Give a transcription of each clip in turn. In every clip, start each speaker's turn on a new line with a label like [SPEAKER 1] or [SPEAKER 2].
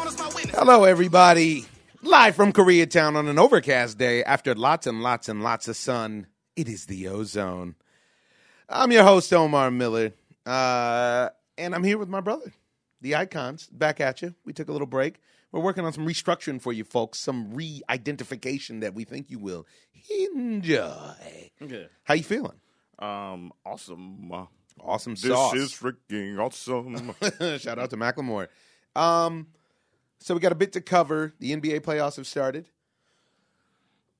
[SPEAKER 1] Hello, everybody. Live from Koreatown on an overcast day after lots and lots and lots of sun. It is the ozone. I'm your host, Omar Miller, uh, and I'm here with my brother, the icons, back at you. We took a little break. We're working on some restructuring for you folks, some re identification that we think you will enjoy.
[SPEAKER 2] Okay.
[SPEAKER 1] How you feeling?
[SPEAKER 2] Um, awesome. Uh,
[SPEAKER 1] Awesome
[SPEAKER 2] This
[SPEAKER 1] sauce.
[SPEAKER 2] is freaking awesome.
[SPEAKER 1] Shout out to Macklemore. Um, so we got a bit to cover. The NBA playoffs have started.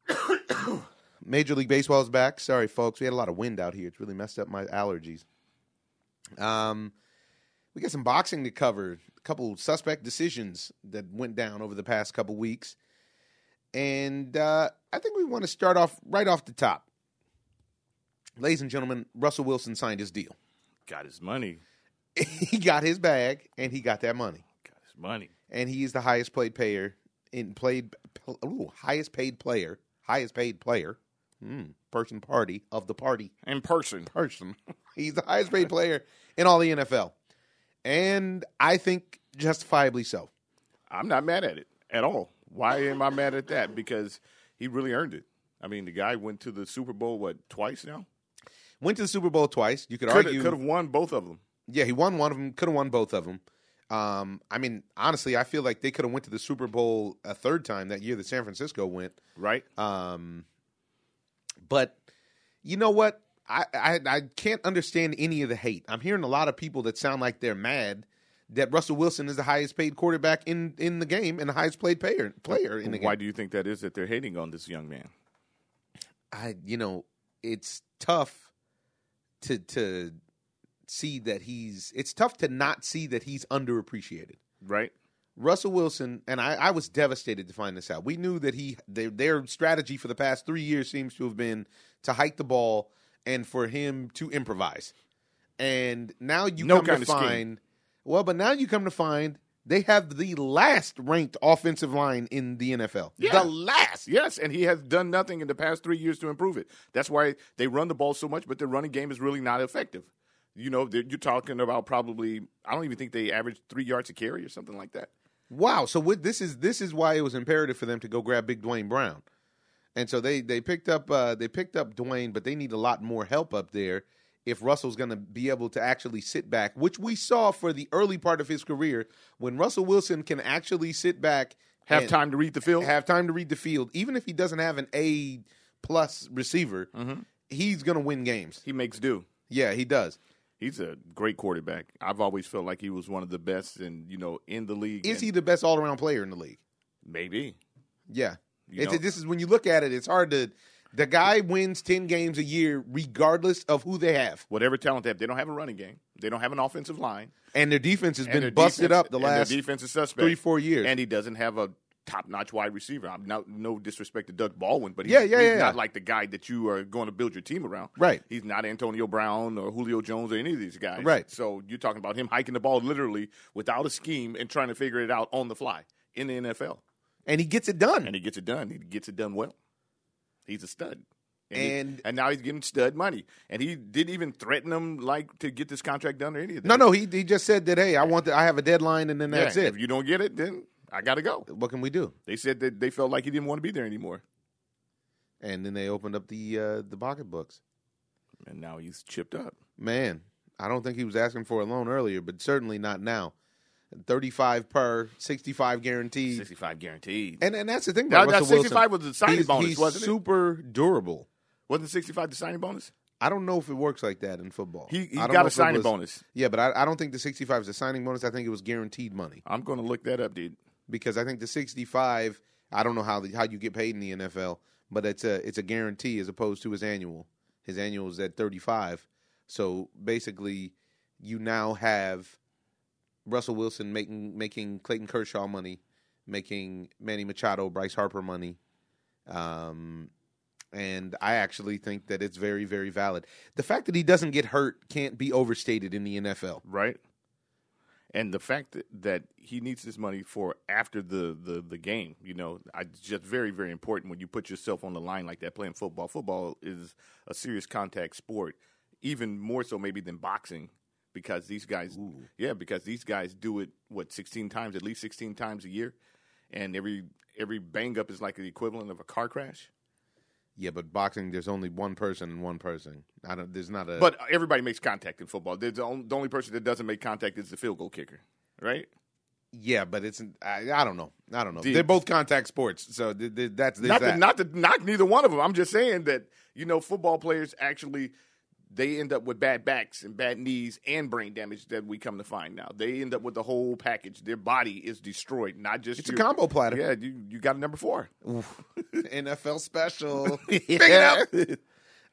[SPEAKER 1] Major League Baseball is back. Sorry, folks. We had a lot of wind out here. It's really messed up my allergies. Um, we got some boxing to cover. A couple suspect decisions that went down over the past couple weeks, and uh, I think we want to start off right off the top. Ladies and gentlemen, Russell Wilson signed his deal
[SPEAKER 2] got his money.
[SPEAKER 1] he got his bag and he got that money
[SPEAKER 2] Got his money.
[SPEAKER 1] and he is the highest played player in played pl- ooh, highest paid player highest paid player mm, person party of the party
[SPEAKER 2] In person.
[SPEAKER 1] person he's the highest paid player in all the NFL and I think justifiably so
[SPEAKER 2] I'm not mad at it at all. Why am I mad at that? Because he really earned it. I mean, the guy went to the Super Bowl, what, twice now?
[SPEAKER 1] went to the Super Bowl twice you could
[SPEAKER 2] Could
[SPEAKER 1] argue
[SPEAKER 2] have won both of them.
[SPEAKER 1] yeah he won one of them could have won both of them um, I mean honestly I feel like they could have went to the Super Bowl a third time that year that San Francisco went
[SPEAKER 2] Right?
[SPEAKER 1] Um, but you know what? I, I I can't understand any of the hate. I'm hearing a lot of people that sound like they're mad that Russell Wilson is the highest paid quarterback in, in the game and the highest played player player in the
[SPEAKER 2] Why
[SPEAKER 1] game.
[SPEAKER 2] do you think that is that they're hating on this young man?
[SPEAKER 1] I you know it's tough to to see that he's it's tough to not see that he's underappreciated.
[SPEAKER 2] Right?
[SPEAKER 1] Russell Wilson, and I, I was devastated to find this out. We knew that he their, their strategy for the past three years seems to have been to hike the ball and for him to improvise. And now you
[SPEAKER 2] No
[SPEAKER 1] come
[SPEAKER 2] kind
[SPEAKER 1] to
[SPEAKER 2] of scheme.
[SPEAKER 1] find well, but now you come to find they have the last ranked offensive line in the NFL.
[SPEAKER 2] Yeah.
[SPEAKER 1] The last.
[SPEAKER 2] Yes, and he has done nothing in the past three years to improve it. That's why they run the ball so much, but their running game is really not effective. You know, they're- you're talking about probably, I don't even think they average three yards a carry or something like that.
[SPEAKER 1] Wow. So what, this is this is why it was imperative for them to go grab Big Dwayne Brown, and so they they picked up uh, they picked up Dwayne, but they need a lot more help up there if Russell's going to be able to actually sit back, which we saw for the early part of his career when Russell Wilson can actually sit back,
[SPEAKER 2] Have
[SPEAKER 1] and
[SPEAKER 2] time to read the field?
[SPEAKER 1] have time to read the field, even if he doesn't have an A plus receiver,
[SPEAKER 2] Mm-hmm.
[SPEAKER 1] he's going to win games.
[SPEAKER 2] he makes do.
[SPEAKER 1] Yeah, he does.
[SPEAKER 2] He's a great quarterback. I've always felt like he was one of the best, and you know, in the league.
[SPEAKER 1] Is
[SPEAKER 2] And
[SPEAKER 1] he the best all around player in the league?
[SPEAKER 2] Maybe.
[SPEAKER 1] Yeah.
[SPEAKER 2] You
[SPEAKER 1] It's-
[SPEAKER 2] know-
[SPEAKER 1] this is when you look at it, it's hard to. The guy wins 10 games a year regardless of who they have.
[SPEAKER 2] Whatever talent they have, they don't have a running game. They don't have an offensive line.
[SPEAKER 1] And their defense has
[SPEAKER 2] And their
[SPEAKER 1] been busted
[SPEAKER 2] defense-
[SPEAKER 1] up the
[SPEAKER 2] and their
[SPEAKER 1] last
[SPEAKER 2] defense is suspect.
[SPEAKER 1] three, four years.
[SPEAKER 2] and he doesn't have a top-notch wide receiver. I'm not no disrespect to Doug Baldwin, but he's,
[SPEAKER 1] Yeah, yeah,
[SPEAKER 2] he's
[SPEAKER 1] yeah,
[SPEAKER 2] not
[SPEAKER 1] yeah.
[SPEAKER 2] like the guy that you are going to build your team around.
[SPEAKER 1] Right.
[SPEAKER 2] He's not Antonio Brown or Julio Jones or any of these guys.
[SPEAKER 1] Right.
[SPEAKER 2] So you're talking about him hiking the ball literally without a scheme and trying to figure it out on the fly in the NFL,
[SPEAKER 1] and he gets it done.
[SPEAKER 2] and he gets it done. He gets it done well. He's a stud. he-
[SPEAKER 1] And-
[SPEAKER 2] and now he's getting stud money, and he didn't even threaten him like to get this contract done or any of that.
[SPEAKER 1] no, no, he, he just said that, hey, I want the, I have a deadline and then
[SPEAKER 2] Yeah,
[SPEAKER 1] that's
[SPEAKER 2] If
[SPEAKER 1] it.
[SPEAKER 2] you don't get it, then I got to go.
[SPEAKER 1] What can we do?
[SPEAKER 2] They said that they felt like he didn't want to be there anymore.
[SPEAKER 1] And then they opened up the uh, the pocketbooks.
[SPEAKER 2] and now he's chipped up.
[SPEAKER 1] Man, I don't think he was asking for a loan earlier, but certainly not now. 35 per, 65 guaranteed.
[SPEAKER 2] Sixty-five guaranteed.
[SPEAKER 1] And and that's the thing
[SPEAKER 2] Now,
[SPEAKER 1] about
[SPEAKER 2] now
[SPEAKER 1] Russell
[SPEAKER 2] sixty-five
[SPEAKER 1] Wilson.
[SPEAKER 2] was the signing
[SPEAKER 1] he's,
[SPEAKER 2] bonus,
[SPEAKER 1] he's
[SPEAKER 2] wasn't it?
[SPEAKER 1] super durable.
[SPEAKER 2] Wasn't sixty-five the signing bonus?
[SPEAKER 1] I don't know if it works like that in football.
[SPEAKER 2] He, he
[SPEAKER 1] I don't know
[SPEAKER 2] got
[SPEAKER 1] if
[SPEAKER 2] a
[SPEAKER 1] it
[SPEAKER 2] signing
[SPEAKER 1] was-
[SPEAKER 2] bonus.
[SPEAKER 1] Yeah, but I, I don't think the 65 is a signing bonus. I think it was guaranteed money
[SPEAKER 2] I'm going to look that up, dude.
[SPEAKER 1] because I think the 65. I don't know how the, how you get paid in the NFL, but it's a it's a guarantee as opposed to his annual. His annual is at 35. So basically, you now have Russell Wilson making making Clayton Kershaw money, making Manny Machado, Bryce Harper money. Um, and I actually think that it's very, very valid. The fact that he doesn't get hurt can't be overstated in the NFL.
[SPEAKER 2] Right. And the fact that, that he needs this money for after the, the, the game, you know, I, it's just very, very important when you put yourself on the line like that playing football. Football is a serious contact sport, even more so maybe than boxing because these guys, yeah, because these guys do it, what, 16 times, at least 16 times a year. and every every bang up is like the equivalent of a car crash.
[SPEAKER 1] Yeah, but boxing, there's only one person and one person. I don't. There's not a.
[SPEAKER 2] But everybody makes contact in football. There's The on- the only person that doesn't make contact is the field goal kicker, right?
[SPEAKER 1] yeah, but it's. I, I don't know. I don't know.
[SPEAKER 2] Dude.
[SPEAKER 1] They're both contact sports, so th- th- that's
[SPEAKER 2] not
[SPEAKER 1] there's that.
[SPEAKER 2] to not to knock neither one of them. I'm just saying that you know football players actually they end up with bad backs and bad knees and brain damage that we come to find now. They end up with the whole package. Their body is destroyed, not just
[SPEAKER 1] it's a
[SPEAKER 2] your-
[SPEAKER 1] combo platter.
[SPEAKER 2] Yeah, you you got a number four.
[SPEAKER 1] NFL special. Pick it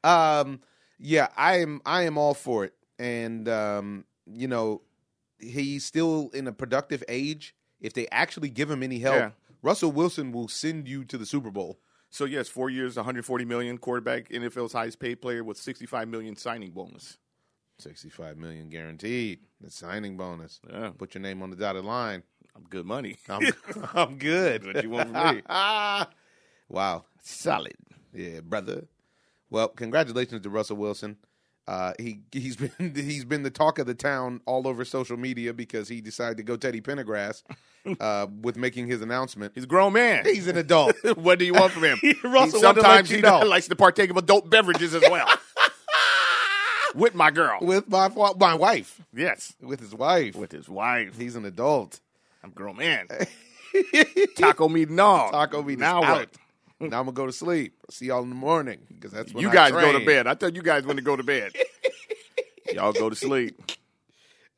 [SPEAKER 1] up. Um, yeah, I am. I am all for it. And um, you know, he's still in a productive age. If they actually give him any help,
[SPEAKER 2] Yeah.
[SPEAKER 1] Russell Wilson will send you to the Super Bowl.
[SPEAKER 2] So yes, four years, 140 million quarterback, NFL's highest paid player with 65 million signing bonus.
[SPEAKER 1] Sixty-five million guaranteed. The signing bonus.
[SPEAKER 2] Yeah,
[SPEAKER 1] Put your name on the dotted line.
[SPEAKER 2] good money.
[SPEAKER 1] I'm, I'm good.
[SPEAKER 2] What you want from me?
[SPEAKER 1] wow.
[SPEAKER 2] Solid.
[SPEAKER 1] Yeah, brother. Well, congratulations to Russell Wilson. Uh, he he's been he's been the talk of the town all over social media because he decided to go Teddy Pendergrass uh, with making his announcement.
[SPEAKER 2] He's a grown man.
[SPEAKER 1] He's an adult.
[SPEAKER 2] what do you want from him?
[SPEAKER 1] Russell wanted to
[SPEAKER 2] sometimes
[SPEAKER 1] let you
[SPEAKER 2] he
[SPEAKER 1] know.
[SPEAKER 2] likes to partake of adult beverages as well. With my girl.
[SPEAKER 1] with my fa- my wife,
[SPEAKER 2] yes.
[SPEAKER 1] with his wife.
[SPEAKER 2] With his wife.
[SPEAKER 1] He's an adult.
[SPEAKER 2] I'm a grown man. Taco meat and all.
[SPEAKER 1] Taco meat is
[SPEAKER 2] Now what?
[SPEAKER 1] out. Now I'm gonna go to sleep. See y'all in the morning because that's when
[SPEAKER 2] You
[SPEAKER 1] I
[SPEAKER 2] guys go to
[SPEAKER 1] train.
[SPEAKER 2] bed. I tell you guys when to go to bed. Y'all go to sleep.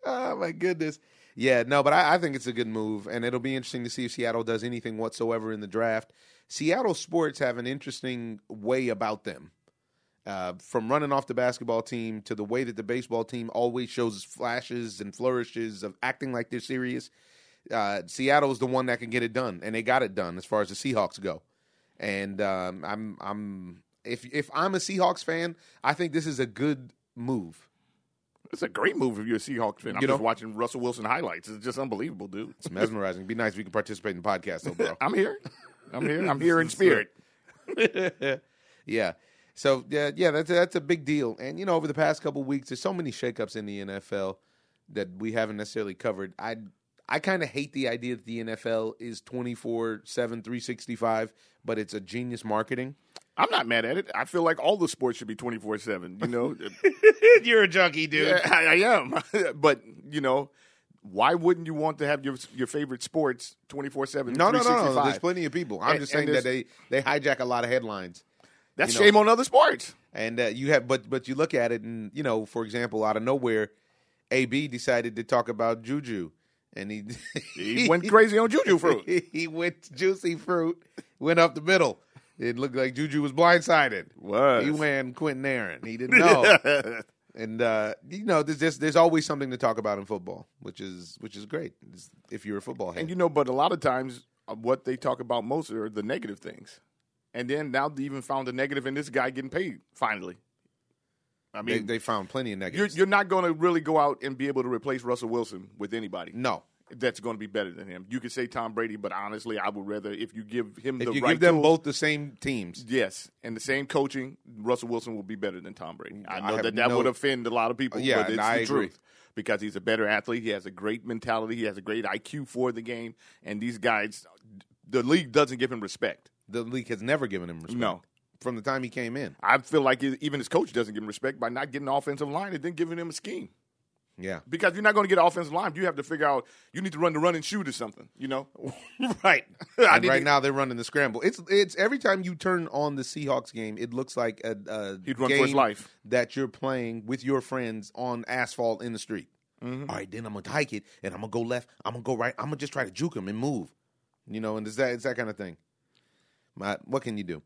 [SPEAKER 1] Oh my goodness. Yeah, no, but I, I think it's a good move, and it'll be interesting to see if Seattle does anything whatsoever in the draft. Seattle sports have an interesting way about them, uh, from running off the basketball team to the way that the baseball team always shows flashes and flourishes of acting like they're serious. Uh, Seattle is the one that can get it done, and they got it done as far as the Seahawks go. And um, I'm, I'm, if if I'm a Seahawks fan, I think this is a good move.
[SPEAKER 2] It's a great move if you're a Seahawks fan. I'm
[SPEAKER 1] You
[SPEAKER 2] just
[SPEAKER 1] know?
[SPEAKER 2] watching Russell Wilson highlights. It's just unbelievable, dude.
[SPEAKER 1] It's mesmerizing. It'd be nice if we could participate in the podcast, though, bro.
[SPEAKER 2] I'm here. I'm here. I'm here in spirit.
[SPEAKER 1] yeah. So yeah, yeah, that's that's a big deal. And you know, over the past couple weeks, there's so many shakeups in the NFL that we haven't necessarily covered. I I kind of hate the idea that the NFL is 24/7 365, but it's a genius marketing.
[SPEAKER 2] I'm not mad at it. I feel like all the sports should be 24 7. You know,
[SPEAKER 1] You're a junkie, dude.
[SPEAKER 2] Yeah, I, I am. but you know, why wouldn't you want to have your your favorite sports twenty four seven?
[SPEAKER 1] No, no, no, no. There's plenty of people. I'm
[SPEAKER 2] And-
[SPEAKER 1] just
[SPEAKER 2] and
[SPEAKER 1] saying that they they hijack a lot of headlines.
[SPEAKER 2] That's
[SPEAKER 1] you know.
[SPEAKER 2] shame on other sports.
[SPEAKER 1] And uh, you have, but but you look at it, and you know, for example, out of nowhere, AB decided to talk about Juju, and he
[SPEAKER 2] He went crazy on Juju fruit.
[SPEAKER 1] he went juicy fruit, went up the middle. It looked like Juju was blindsided.
[SPEAKER 2] Was.
[SPEAKER 1] He ran Quentin Aaron. He didn't know. and uh, you know, there's just there's always something to talk about in football, which is which is great. It's- If you're a football head,
[SPEAKER 2] and you know, but a lot of times, uh, what they talk about most are the negative things. And then now they even found a negative in this guy getting paid finally. I
[SPEAKER 1] they,
[SPEAKER 2] mean,
[SPEAKER 1] they found plenty of
[SPEAKER 2] you're,
[SPEAKER 1] negatives.
[SPEAKER 2] you're not going to really go out and be able to replace Russell Wilson with anybody.
[SPEAKER 1] no,
[SPEAKER 2] that's going to be better than him. You could say Tom Brady, but honestly, I would rather if you give him
[SPEAKER 1] if
[SPEAKER 2] the
[SPEAKER 1] you
[SPEAKER 2] right
[SPEAKER 1] give them
[SPEAKER 2] tools-
[SPEAKER 1] both the same teams,
[SPEAKER 2] yes, and the same coaching, Russell Wilson will be better than Tom Brady. I
[SPEAKER 1] I
[SPEAKER 2] know
[SPEAKER 1] have
[SPEAKER 2] that that
[SPEAKER 1] no-
[SPEAKER 2] would offend a lot of people, but
[SPEAKER 1] Yeah,
[SPEAKER 2] it's
[SPEAKER 1] and
[SPEAKER 2] the
[SPEAKER 1] I agree.
[SPEAKER 2] truth because he's a better athlete. He has a great mentality. He has a great IQ for the game, and these guys, the league doesn't give him respect.
[SPEAKER 1] the league has never given him respect.
[SPEAKER 2] No.
[SPEAKER 1] from the time he came in.
[SPEAKER 2] I feel like even his coach doesn't give him respect by not getting an offensive line and then giving him a scheme.
[SPEAKER 1] Yeah.
[SPEAKER 2] Because you're not going to get an offensive line, you have to figure out you need to run the run and shoot or something, you know? right. I
[SPEAKER 1] And
[SPEAKER 2] didn't-
[SPEAKER 1] right now they're running the scramble. It's it's every time you turn on the Seahawks game, it looks like a, a
[SPEAKER 2] He'd run for his
[SPEAKER 1] game
[SPEAKER 2] life.
[SPEAKER 1] that you're playing with your friends on asphalt in the street. All right, then I'm gonna hike it and I'm gonna go left. I'm gonna go right. I'm gonna just try to juke him and move. You know, and it's that it's that kind of thing. My, what can you do?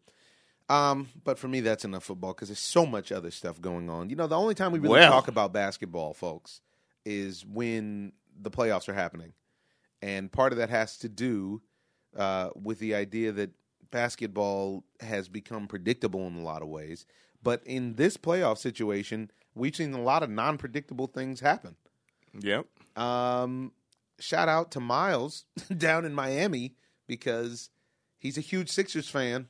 [SPEAKER 1] Um, but for me, that's enough football because there's so much other stuff going on. You know, the only time we really
[SPEAKER 2] Well.
[SPEAKER 1] talk about basketball, folks, is when the playoffs are happening, and part of that has to do uh, with the idea that basketball has become predictable in a lot of ways. But in this playoff situation, we've seen a lot of non-predictable things happen.
[SPEAKER 2] Yep.
[SPEAKER 1] Um, shout out to Miles down in Miami because he's a huge Sixers fan,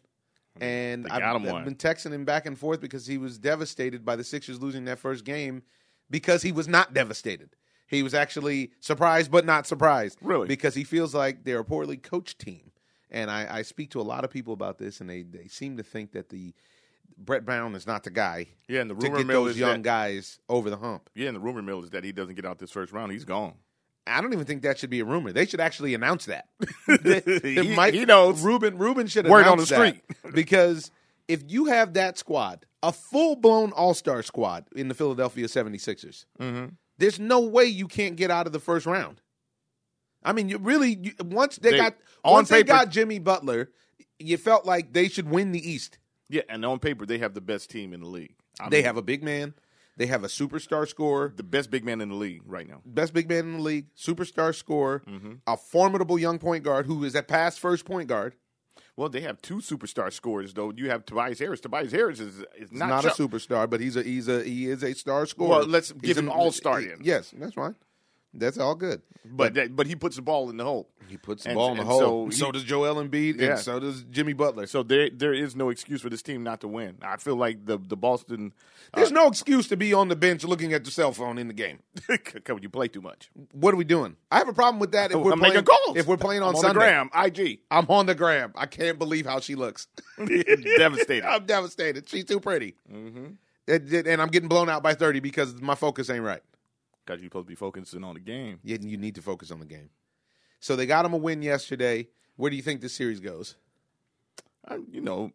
[SPEAKER 1] and
[SPEAKER 2] They
[SPEAKER 1] I've,
[SPEAKER 2] got him
[SPEAKER 1] I've
[SPEAKER 2] one.
[SPEAKER 1] been texting him back and forth because he was devastated by the Sixers losing that first game because he was not devastated. He was actually surprised, but not surprised.
[SPEAKER 2] Really?
[SPEAKER 1] Because he feels like they're a poorly coached team. And I, I speak to a lot of people about this, and they, they seem to think that the Brett Brown is not the guy
[SPEAKER 2] Yeah, and the
[SPEAKER 1] to
[SPEAKER 2] rumor
[SPEAKER 1] get
[SPEAKER 2] mill
[SPEAKER 1] those
[SPEAKER 2] is that,
[SPEAKER 1] young guys over the hump.
[SPEAKER 2] yeah, and the rumor mill is that he doesn't get out this first round. He's gone.
[SPEAKER 1] I don't even think that should be a rumor. They should actually announce that.
[SPEAKER 2] He- he knows.
[SPEAKER 1] Ruben Ruben should
[SPEAKER 2] Word on
[SPEAKER 1] announce
[SPEAKER 2] the
[SPEAKER 1] that. because if you have that squad, a full blown all star squad in the Philadelphia 76ers,
[SPEAKER 2] Mm-hmm.
[SPEAKER 1] there's no way you can't get out of the first round. I mean, you really you, once they,
[SPEAKER 2] They-
[SPEAKER 1] got
[SPEAKER 2] on
[SPEAKER 1] once they
[SPEAKER 2] paper-
[SPEAKER 1] got Jimmy Butler, you felt like they should win the East.
[SPEAKER 2] Yeah, and on paper they have the best team in the league. I
[SPEAKER 1] they
[SPEAKER 2] mean,
[SPEAKER 1] have a big man, they have a superstar scorer,
[SPEAKER 2] the best big man in the league right now.
[SPEAKER 1] best big man in the league, superstar scorer,
[SPEAKER 2] Mm-hmm.
[SPEAKER 1] a formidable young point guard who is at past first point guard.
[SPEAKER 2] Well, they have two superstar scorers though. You have Tobias Harris. Tobias Harris is is not,
[SPEAKER 1] Not, not a
[SPEAKER 2] Chuck-
[SPEAKER 1] superstar, but he's a he's a he is a star scorer.
[SPEAKER 2] Well, let's
[SPEAKER 1] He's
[SPEAKER 2] give him
[SPEAKER 1] an-
[SPEAKER 2] all-star in.
[SPEAKER 1] Yes, that's fine. That's all good.
[SPEAKER 2] but that, but he puts the ball in the hole.
[SPEAKER 1] He puts
[SPEAKER 2] the ball in the hole.
[SPEAKER 1] So, does Joel Embiid,
[SPEAKER 2] Yeah. Uh,
[SPEAKER 1] and so does Jimmy Butler.
[SPEAKER 2] So there there is no excuse for this team not to win. I feel like the the Boston uh,
[SPEAKER 1] There's no excuse to be on the bench looking at your cell phone in the game.
[SPEAKER 2] come on, you play too much.
[SPEAKER 1] What are we doing? I have a problem with that. If we're
[SPEAKER 2] I'm
[SPEAKER 1] playing,
[SPEAKER 2] making calls.
[SPEAKER 1] if we're playing on,
[SPEAKER 2] I'm on the
[SPEAKER 1] Sunday,
[SPEAKER 2] gram, IG,
[SPEAKER 1] I'm on the gram. I can't believe how she looks.
[SPEAKER 2] devastated.
[SPEAKER 1] I'm devastated. She's too pretty,
[SPEAKER 2] Mm-hmm.
[SPEAKER 1] It- it- and I'm getting blown out by thirty because my focus ain't right.
[SPEAKER 2] Because you're supposed to be focusing on the game.
[SPEAKER 1] Yeah, you need to focus on the game. So they got him a win yesterday. Where do you think this series goes?
[SPEAKER 2] I, you know,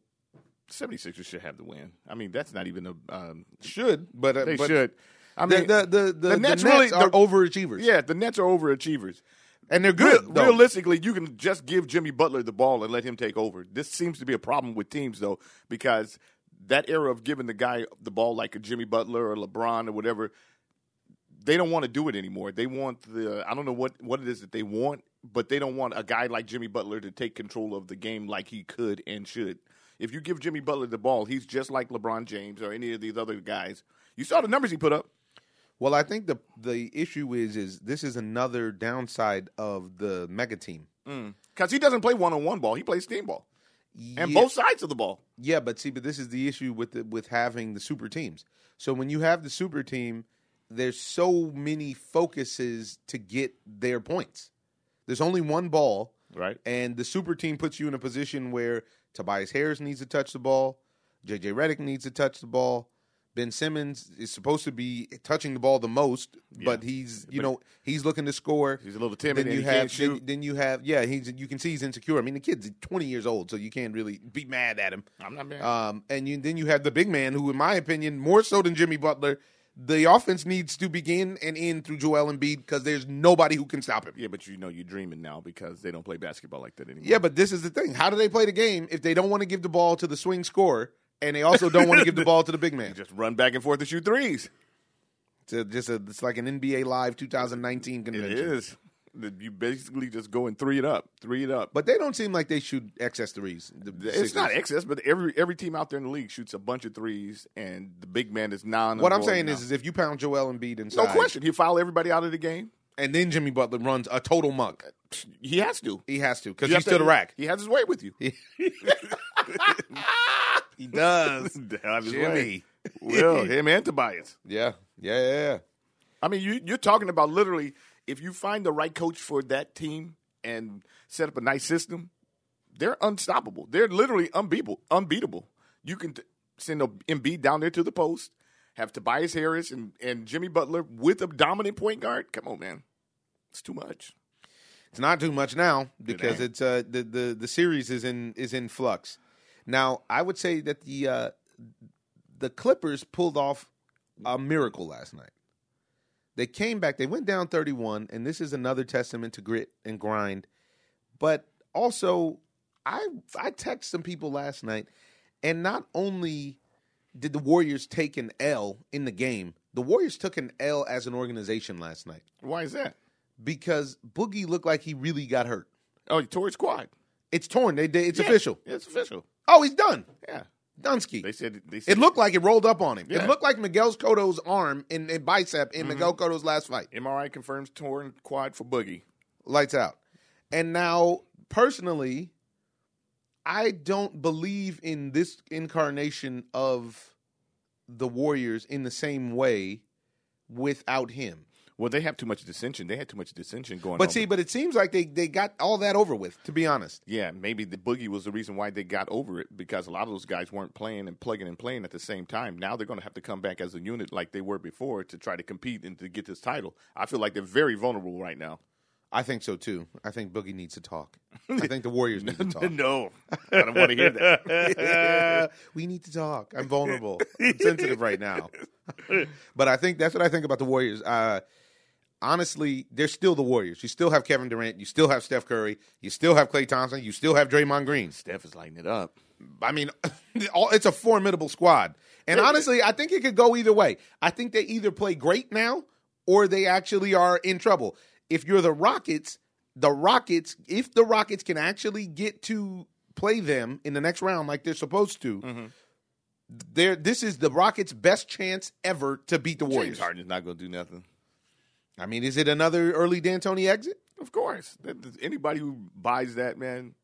[SPEAKER 2] 76ers should have the win. I mean, that's not even a. Um,
[SPEAKER 1] Should, but uh,
[SPEAKER 2] they
[SPEAKER 1] but
[SPEAKER 2] should. I
[SPEAKER 1] The,
[SPEAKER 2] mean,
[SPEAKER 1] the, the, the, the
[SPEAKER 2] Nets
[SPEAKER 1] Nets,
[SPEAKER 2] really-
[SPEAKER 1] are
[SPEAKER 2] the-
[SPEAKER 1] overachievers.
[SPEAKER 2] yeah, the Nets are overachievers.
[SPEAKER 1] and they're good.
[SPEAKER 2] Real-
[SPEAKER 1] though.
[SPEAKER 2] realistically, you can just give Jimmy Butler the ball and let him take over. This seems to be a problem with teams, though, because that era of giving the guy the ball like a Jimmy Butler or LeBron or whatever, they don't want to do it anymore. They want the I don't know what what it is that they want, but they don't want a guy like Jimmy Butler to take control of the game like he could and should. If you give Jimmy Butler the ball, he's just like LeBron James or any of these other guys. You saw the numbers he put up.
[SPEAKER 1] Well, I think the the issue is is this is another downside of the mega team.
[SPEAKER 2] Because he doesn't play one on one ball. He plays team ball. And
[SPEAKER 1] yeah,
[SPEAKER 2] both sides of the ball.
[SPEAKER 1] yeah, but see, but this is the issue with the, with having the super teams. So when you have the super team, there's so many focuses to get their points. There's only one ball,
[SPEAKER 2] Right.
[SPEAKER 1] and the super team puts you in a position where Tobias Harris needs to touch the ball, JJ Redick needs to touch the ball. Ben Simmons is supposed to be touching the ball the most, but he's you know he's looking to score.
[SPEAKER 2] He's a little timid
[SPEAKER 1] Then
[SPEAKER 2] and
[SPEAKER 1] you
[SPEAKER 2] he can't
[SPEAKER 1] have then,
[SPEAKER 2] shoot.
[SPEAKER 1] then you have yeah he's you can see he's insecure. I mean the kid's 20 years old, so you can't really be mad at him.
[SPEAKER 2] I'm not mad.
[SPEAKER 1] Um, and you, then you have the big man, who, in my opinion, more so than Jimmy Butler, the offense needs to begin and end through Joel Embiid because there's nobody who can stop him.
[SPEAKER 2] yeah, but you know you're dreaming now because they don't play basketball like that anymore.
[SPEAKER 1] Yeah, but this is the thing. How do they play the game if they don't want to give the ball to the swing scorer and they also don't want to give the ball to the big man?
[SPEAKER 2] Just run back and forth and shoot threes.
[SPEAKER 1] It's, a, just a, it's like an NBA Live 2019
[SPEAKER 2] It
[SPEAKER 1] convention.
[SPEAKER 2] is. That You basically just go and three it up, three it up.
[SPEAKER 1] But they don't seem like they shoot excess threes. the Sixers.
[SPEAKER 2] It's not excess, but every every team out there in the league shoots a bunch of threes, and the big man is non.
[SPEAKER 1] What I'm saying is, is if you pound Joel Embiid inside,
[SPEAKER 2] no question, he foul everybody out of the game.
[SPEAKER 1] and then Jimmy Butler runs a total monk,
[SPEAKER 2] He has to
[SPEAKER 1] he has to because
[SPEAKER 2] You have
[SPEAKER 1] he's still the rack.
[SPEAKER 2] He has his way with you.
[SPEAKER 1] He does.
[SPEAKER 2] Have his
[SPEAKER 1] Jimmy.
[SPEAKER 2] way. well, him and Tobias.
[SPEAKER 1] Yeah, yeah, yeah. yeah.
[SPEAKER 2] I mean, you, you're talking about literally if you find the right coach for that team and set up a nice system, they're unstoppable. They're literally unbeatable. Unbeatable. You can t- send a MB down there to the post, have Tobias Harris and, and Jimmy Butler with a dominant point guard. Come on, man, it's too much.
[SPEAKER 1] It's not too much now because
[SPEAKER 2] ain't.
[SPEAKER 1] it's uh, the the the series is in is in flux. Now, I would say that the uh, the Clippers pulled off a miracle last night. They came back. They went down 31, and this is another testament to grit and grind. But also, I I text some people last night, and not only did the Warriors take an L in the game, the Warriors took an L as an organization last night
[SPEAKER 2] Why is that?
[SPEAKER 1] because Boogie looked like he really got hurt.
[SPEAKER 2] Oh, he tore his quad.
[SPEAKER 1] It's torn. They, they, it's
[SPEAKER 2] Yeah,
[SPEAKER 1] official.
[SPEAKER 2] It's official.
[SPEAKER 1] Oh, he's done.
[SPEAKER 2] Yeah,
[SPEAKER 1] Dunsky.
[SPEAKER 2] they said they said
[SPEAKER 1] It looked like it rolled up on him. It
[SPEAKER 2] Yeah. Mm-hmm.
[SPEAKER 1] looked like Miguel Cotto's arm and, and bicep in Miguel Cotto's last fight.
[SPEAKER 2] MRI confirms torn quad for Boogie.
[SPEAKER 1] Lights out. And now, personally, I don't believe in this incarnation of the Warriors in the same way without him.
[SPEAKER 2] Well, they have too much dissension. They had too much dissension going on.
[SPEAKER 1] But see, but it seems like they, they got all that over with, to be honest.
[SPEAKER 2] yeah, maybe the boogie was the reason why they got over it because a lot of those guys weren't playing and plugging and playing at the same time. Now they're going to have to come back as a unit like they were before to try to compete and to get this title. I feel like they're very vulnerable right now.
[SPEAKER 1] I think so too. I think Boogie needs to talk. I think the Warriors need to talk.
[SPEAKER 2] Oh. no, I don't want to hear that.
[SPEAKER 1] we need to talk. I'm vulnerable. I'm sensitive right now. but I think that's what I think about the Warriors. Uh, honestly, they're still the Warriors. You still have Kevin Durant. You still have Steph Curry. You still have Klay Thompson. You still have Draymond Green.
[SPEAKER 2] Steph is lighting it up.
[SPEAKER 1] I mean, all- it's a formidable squad. And honestly, I think it could go either way. I think they either play great now or they actually are in trouble. If you're the Rockets, the Rockets, if the Rockets can actually get to play them in the next round like they're supposed to,
[SPEAKER 2] Mm-hmm.
[SPEAKER 1] they're, this is the Rockets' best chance ever to beat the
[SPEAKER 2] James
[SPEAKER 1] Warriors.
[SPEAKER 2] Harden is not going to do nothing.
[SPEAKER 1] I mean, is it another early D'Antoni exit?
[SPEAKER 2] Of course, That- that- anybody who buys that man,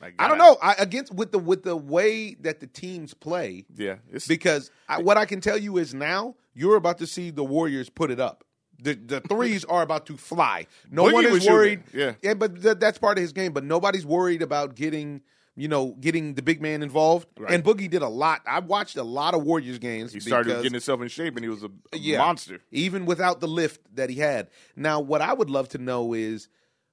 [SPEAKER 2] like,
[SPEAKER 1] I don't know. I against with the with the way that the teams play,
[SPEAKER 2] Yeah, it's
[SPEAKER 1] because I, what I can tell you is now you're about to see the Warriors put it up. The the threes are about to fly. No
[SPEAKER 2] Boogie
[SPEAKER 1] one
[SPEAKER 2] was
[SPEAKER 1] is
[SPEAKER 2] shooting,
[SPEAKER 1] worried.
[SPEAKER 2] yeah.
[SPEAKER 1] but th- that's part of his game. But nobody's worried about getting you know getting the big man involved.
[SPEAKER 2] Right.
[SPEAKER 1] And Boogie did a lot. I watched a lot of Warriors games.
[SPEAKER 2] he started
[SPEAKER 1] because-
[SPEAKER 2] getting himself in shape, and he was a, a
[SPEAKER 1] Yeah.
[SPEAKER 2] monster.
[SPEAKER 1] even without the lift that he had. Now, what I would love to know is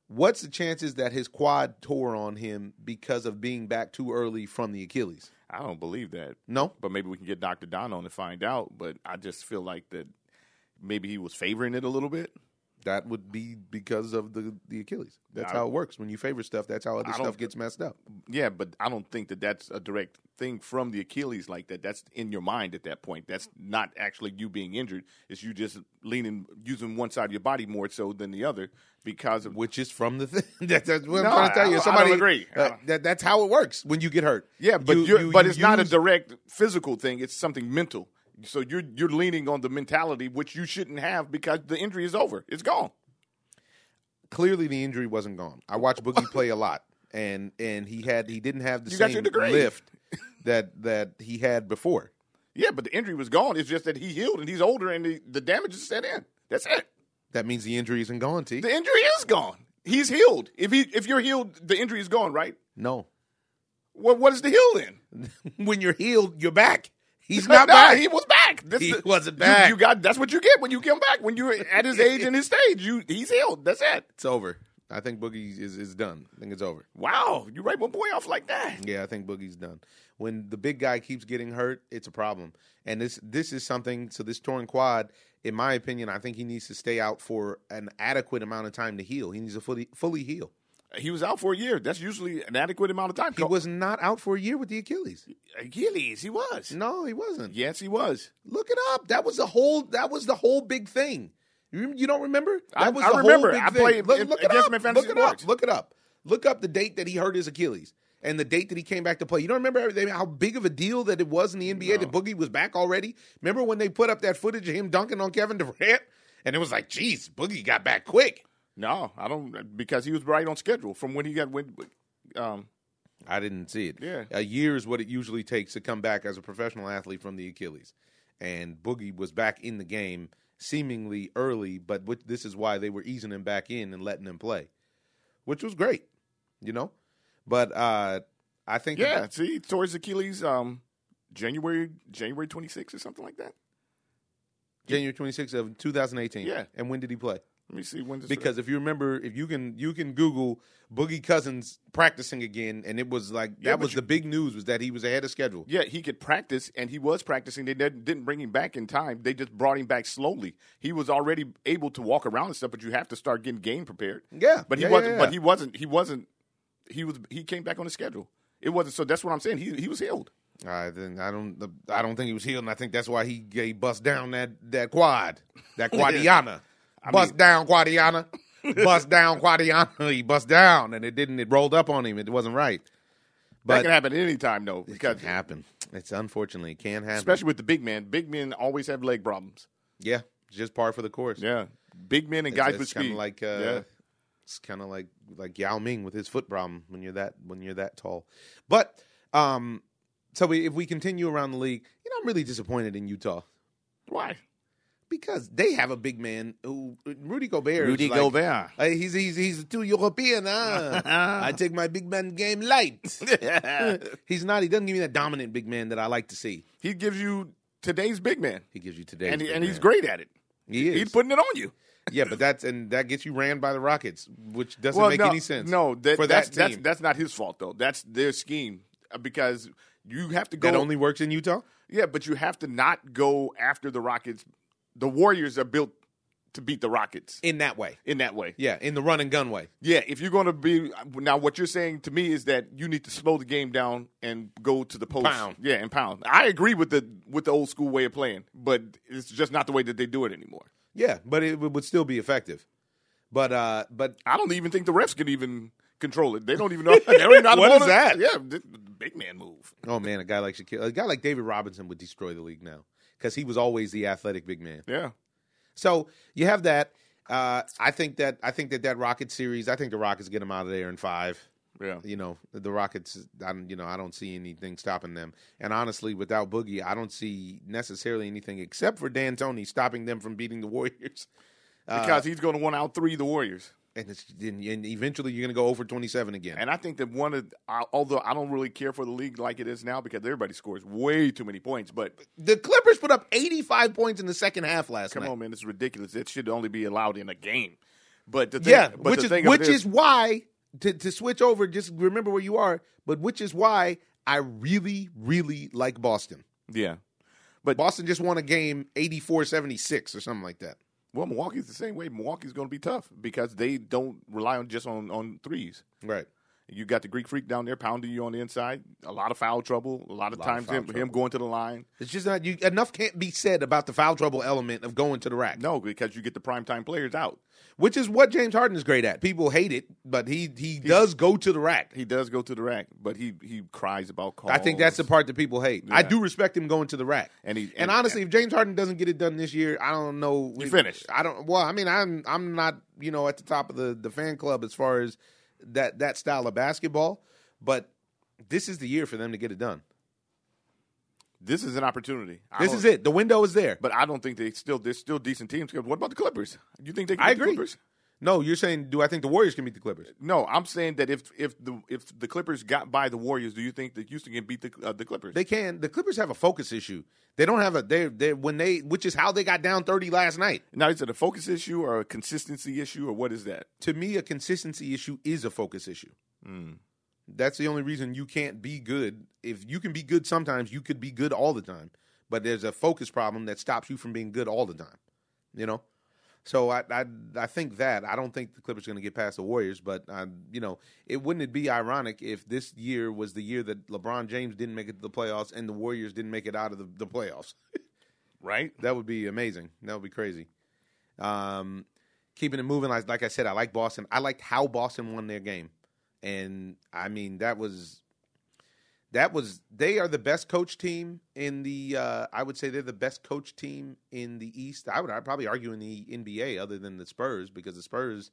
[SPEAKER 1] what's the chances that his quad tore on him because of being back too early from the Achilles?
[SPEAKER 2] I don't believe that.
[SPEAKER 1] No,
[SPEAKER 2] but maybe we can get Dr. Don on to find out. But I just feel like that maybe he was favoring it a little bit.
[SPEAKER 1] that would be because of the the Achilles. That's
[SPEAKER 2] I-
[SPEAKER 1] how it works. When you favor stuff, that's how other
[SPEAKER 2] I don't-
[SPEAKER 1] stuff gets messed up.
[SPEAKER 2] Yeah, but I don't think that that's a direct thing from the Achilles like that. That's in your mind at that point. That's not actually you being injured. It's you just leaning, using one side of your body more so than the other because of.
[SPEAKER 1] Which is from the thing. That, that's what
[SPEAKER 2] No,
[SPEAKER 1] I'm trying
[SPEAKER 2] I-
[SPEAKER 1] to tell
[SPEAKER 2] I
[SPEAKER 1] you.
[SPEAKER 2] don't
[SPEAKER 1] Somebody
[SPEAKER 2] agree.
[SPEAKER 1] uh, that, that's how it works when you get hurt.
[SPEAKER 2] Yeah, but
[SPEAKER 1] You-
[SPEAKER 2] you're,
[SPEAKER 1] you-
[SPEAKER 2] but
[SPEAKER 1] you
[SPEAKER 2] it's not a
[SPEAKER 1] use-
[SPEAKER 2] direct physical thing. It's something mental. So you're you're leaning on the mentality which you shouldn't have because the injury is over. It's gone.
[SPEAKER 1] clearly the injury wasn't gone. I watched Boogie play a lot, and and he had he didn't have the
[SPEAKER 2] You got your
[SPEAKER 1] same
[SPEAKER 2] degree.
[SPEAKER 1] lift that that he had before.
[SPEAKER 2] Yeah, but the injury was gone. It's just that he healed and he's older and the, the damage is set in. That's it.
[SPEAKER 1] That means the injury isn't gone. T.
[SPEAKER 2] The injury is gone. He's healed. If he if you're healed, the injury is gone, right?
[SPEAKER 1] No,
[SPEAKER 2] What what is the heal then?
[SPEAKER 1] when you're healed, you're back. He's
[SPEAKER 2] No,
[SPEAKER 1] not back.
[SPEAKER 2] He was back. This
[SPEAKER 1] He
[SPEAKER 2] the-
[SPEAKER 1] wasn't
[SPEAKER 2] you-
[SPEAKER 1] back.
[SPEAKER 2] You, got that's what you get when you come back. When you're at his age and his stage, you he's healed. That's it.
[SPEAKER 1] it's over. I think Boogie is, is done. I think it's over.
[SPEAKER 2] Wow, you write one boy off like that.
[SPEAKER 1] Yeah, I think Boogie's done. When the big guy keeps getting hurt, it's a problem. And this this is something. So this torn quad, in my opinion, I think he needs to stay out for an adequate amount of time to heal. He needs to fully fully heal.
[SPEAKER 2] He was out for a year. That's usually an adequate amount of time.
[SPEAKER 1] He was not out for a year with the Achilles.
[SPEAKER 2] Achilles. He was.
[SPEAKER 1] No, he wasn't.
[SPEAKER 2] Yes, he was.
[SPEAKER 1] Look it up. That was the whole. That was the whole big thing. You, you don't remember?
[SPEAKER 2] I-
[SPEAKER 1] That was
[SPEAKER 2] I
[SPEAKER 1] the
[SPEAKER 2] remember.
[SPEAKER 1] Whole big
[SPEAKER 2] I
[SPEAKER 1] thing.
[SPEAKER 2] played
[SPEAKER 1] Look,
[SPEAKER 2] in-
[SPEAKER 1] look it
[SPEAKER 2] against
[SPEAKER 1] up.
[SPEAKER 2] my fantasy
[SPEAKER 1] Look it
[SPEAKER 2] sports.
[SPEAKER 1] up. Look it up. Look up the date that he hurt his Achilles and the date that he came back to play. You don't remember everything, how big of a deal that it was in the NBA that Boogie was back already? Remember when they put up that footage of him dunking on Kevin Durant? And it was like, geez, Boogie got back quick.
[SPEAKER 2] No, I don't because he was right on schedule from when he got when. Um,
[SPEAKER 1] I didn't see it.
[SPEAKER 2] Yeah.
[SPEAKER 1] A year is what it usually takes to come back as a professional athlete from the Achilles. And Boogie was back in the game seemingly early, but which, this is why they were easing him back in and letting him play, which was great, you know? But uh, I think.
[SPEAKER 2] Yeah, see, towards Achilles, um, January January twenty sixth or something like that.
[SPEAKER 1] January 26th of 2018.
[SPEAKER 2] Yeah.
[SPEAKER 1] And when did he play?
[SPEAKER 2] Let me see when this
[SPEAKER 1] Because if you remember, if you can, you can Google Boogie Cousins practicing again, and it was like
[SPEAKER 2] Yeah,
[SPEAKER 1] that
[SPEAKER 2] but
[SPEAKER 1] was
[SPEAKER 2] you-
[SPEAKER 1] the big news was that he was ahead of schedule.
[SPEAKER 2] yeah, he could practice, and he was practicing. They didn't didn't bring him back in time. They just brought him back slowly. He was already able to walk around and stuff, but you have to start getting game prepared.
[SPEAKER 1] Yeah,
[SPEAKER 2] but he
[SPEAKER 1] yeah, yeah,
[SPEAKER 2] wasn't.
[SPEAKER 1] yeah.
[SPEAKER 2] But he wasn't. He wasn't. He was. He came back on the schedule. It wasn't. So that's what I'm saying. He he was healed.
[SPEAKER 1] I think I don't the- I don't think he was healed, and I think that's why he, he bust down that that quad, that Quadiana, bust down Quadiana, bust down Quadiana. He bust down, and it didn't. It rolled up on him. It wasn't right.
[SPEAKER 2] That
[SPEAKER 1] But-
[SPEAKER 2] can happen at any time though,
[SPEAKER 1] It can
[SPEAKER 2] because
[SPEAKER 1] happen. It's unfortunately it can happen.
[SPEAKER 2] especially with the big man. Big men always have leg problems.
[SPEAKER 1] yeah, it's just par for the course.
[SPEAKER 2] Yeah, big men and
[SPEAKER 1] It's-
[SPEAKER 2] guys with
[SPEAKER 1] it's kinda
[SPEAKER 2] speed.
[SPEAKER 1] like uh,
[SPEAKER 2] Yeah.
[SPEAKER 1] it's kind of like like Yao Ming with his foot problem when you're that when you're that tall. But um, so we, if we continue around the league, you know, I'm really disappointed in Utah.
[SPEAKER 2] why?
[SPEAKER 1] because they have a big man who Rudy Gobert.
[SPEAKER 2] Rudy
[SPEAKER 1] is like,
[SPEAKER 2] Gobert.
[SPEAKER 1] "Uh, he's he's he's too European. Huh? I take my big man game light. he's not. He doesn't give me that dominant big man that I like to see.
[SPEAKER 2] he gives you today's big man,
[SPEAKER 1] He gives you today,
[SPEAKER 2] and he, and he's great at it.
[SPEAKER 1] He is.
[SPEAKER 2] He's putting it on you.
[SPEAKER 1] yeah, but that's and that gets you ran by the Rockets, which doesn't make
[SPEAKER 2] no,
[SPEAKER 1] any sense.
[SPEAKER 2] No, that,
[SPEAKER 1] for
[SPEAKER 2] that,
[SPEAKER 1] that,
[SPEAKER 2] that's
[SPEAKER 1] team
[SPEAKER 2] that's not his fault though. That's their scheme uh, because you have to go.
[SPEAKER 1] that only works in Utah.
[SPEAKER 2] yeah, but you have to not go after the Rockets. The Warriors are built to beat the Rockets
[SPEAKER 1] in that way.
[SPEAKER 2] in that way.
[SPEAKER 1] Yeah, in the run and gun way.
[SPEAKER 2] Yeah, if you're going to be now, what you're saying to me is that you need to slow the game down and go to the post.
[SPEAKER 1] Pound.
[SPEAKER 2] Yeah, and pound. I agree with the with the old school way of playing, but it's just not the way that they do it anymore.
[SPEAKER 1] Yeah, but it would still be effective. But uh, but
[SPEAKER 2] I don't even think the refs can even control it. They don't even know. They don't even know how to
[SPEAKER 1] What
[SPEAKER 2] blow
[SPEAKER 1] is
[SPEAKER 2] the-
[SPEAKER 1] that?
[SPEAKER 2] Yeah, th- big man move.
[SPEAKER 1] oh man, a guy like Shaquille, a guy like David Robinson would destroy the league now because he was always the athletic big man.
[SPEAKER 2] Yeah.
[SPEAKER 1] So you have that. Uh, I think that I think that that Rocket series. I think the Rockets get them out of there in five.
[SPEAKER 2] Yeah.
[SPEAKER 1] You know the Rockets. I don't, you know I don't see anything stopping them. And honestly, without Boogie, I don't see necessarily anything except for Dan Tony stopping them from beating the Warriors. Uh,
[SPEAKER 2] Because he's going to want out three the Warriors.
[SPEAKER 1] And it's, and and eventually you're going to go over twenty seven again.
[SPEAKER 2] And I think that one of, I- although I don't really care for the league like it is now because everybody scores way too many points, but
[SPEAKER 1] The Clippers put up 85 points in the second half last
[SPEAKER 2] come
[SPEAKER 1] night.
[SPEAKER 2] on, man, it's ridiculous. It should only be allowed in a game. But the thing,
[SPEAKER 1] Yeah,
[SPEAKER 2] but
[SPEAKER 1] which
[SPEAKER 2] the
[SPEAKER 1] is
[SPEAKER 2] thing of
[SPEAKER 1] which
[SPEAKER 2] it
[SPEAKER 1] is why to, to switch over. Just remember where you are, but which is why I really, really like Boston.
[SPEAKER 2] yeah.
[SPEAKER 1] Boston just won a game 84-76 or something like that.
[SPEAKER 2] Well, Milwaukee's the same way. Milwaukee's going to be tough because they don't rely on just on on threes.
[SPEAKER 1] Right.
[SPEAKER 2] You got the Greek freak down there pounding you on the inside. A lot of foul trouble. A lot of
[SPEAKER 1] lot of
[SPEAKER 2] times
[SPEAKER 1] foul
[SPEAKER 2] him, him going to the line.
[SPEAKER 1] It's just not you. Enough can't be said about the foul trouble element of going to the rack,
[SPEAKER 2] No, because you get the primetime players out.
[SPEAKER 1] which is what James Harden is great at. People hate it, but he he does go to the rack.
[SPEAKER 2] He does go to the rack, but he he cries about calls.
[SPEAKER 1] I think that's the part that people hate. I
[SPEAKER 2] Oh. Yeah.
[SPEAKER 1] do respect him going to the rack.
[SPEAKER 2] And he
[SPEAKER 1] And honestly, if James Harden doesn't get it done this year, I don't know.
[SPEAKER 2] You're finished.
[SPEAKER 1] I don't. Well, I mean, I'm I'm not you know at the top of the the fan club as far as that that style of basketball, but this is the year for them to get it done.
[SPEAKER 2] this is an opportunity. I
[SPEAKER 1] This
[SPEAKER 2] don't-
[SPEAKER 1] is it. The window is there.
[SPEAKER 2] But I don't think they still they're still decent teams. 'Cause What about the Clippers? You think they? Can
[SPEAKER 1] I
[SPEAKER 2] beat the
[SPEAKER 1] agree.
[SPEAKER 2] Clippers?
[SPEAKER 1] No, you're saying do I think the Warriors can beat the Clippers?
[SPEAKER 2] No, I'm saying that if if the if the Clippers got by the Warriors, do you think that Houston can beat the uh, the Clippers?
[SPEAKER 1] They can. The Clippers have a focus issue. They don't have a they they when they which is how they got down 30 last night.
[SPEAKER 2] now is it a focus issue or a consistency issue or what is that?
[SPEAKER 1] To me, a consistency issue is a focus issue. That's the only reason you can't be good. If you can be good sometimes, you could be good all the time. But there's a focus problem that stops you from being good all the time. You know? So I I, I think that I don't think the Clippers are going to get past the Warriors, but I, you know, it wouldn't it be ironic if this year was the year that LeBron James didn't make it to the playoffs and the Warriors didn't make it out of the, the playoffs.
[SPEAKER 2] Right.
[SPEAKER 1] That would be amazing. That would be crazy. Um, keeping it moving, like, like I said, I like Boston. I liked how Boston won their game, and I mean that was that was they are the best coach team in the. Uh, I would say they're the best coach team in the East. I would I'd probably argue in the NBA, other than the Spurs, because the Spurs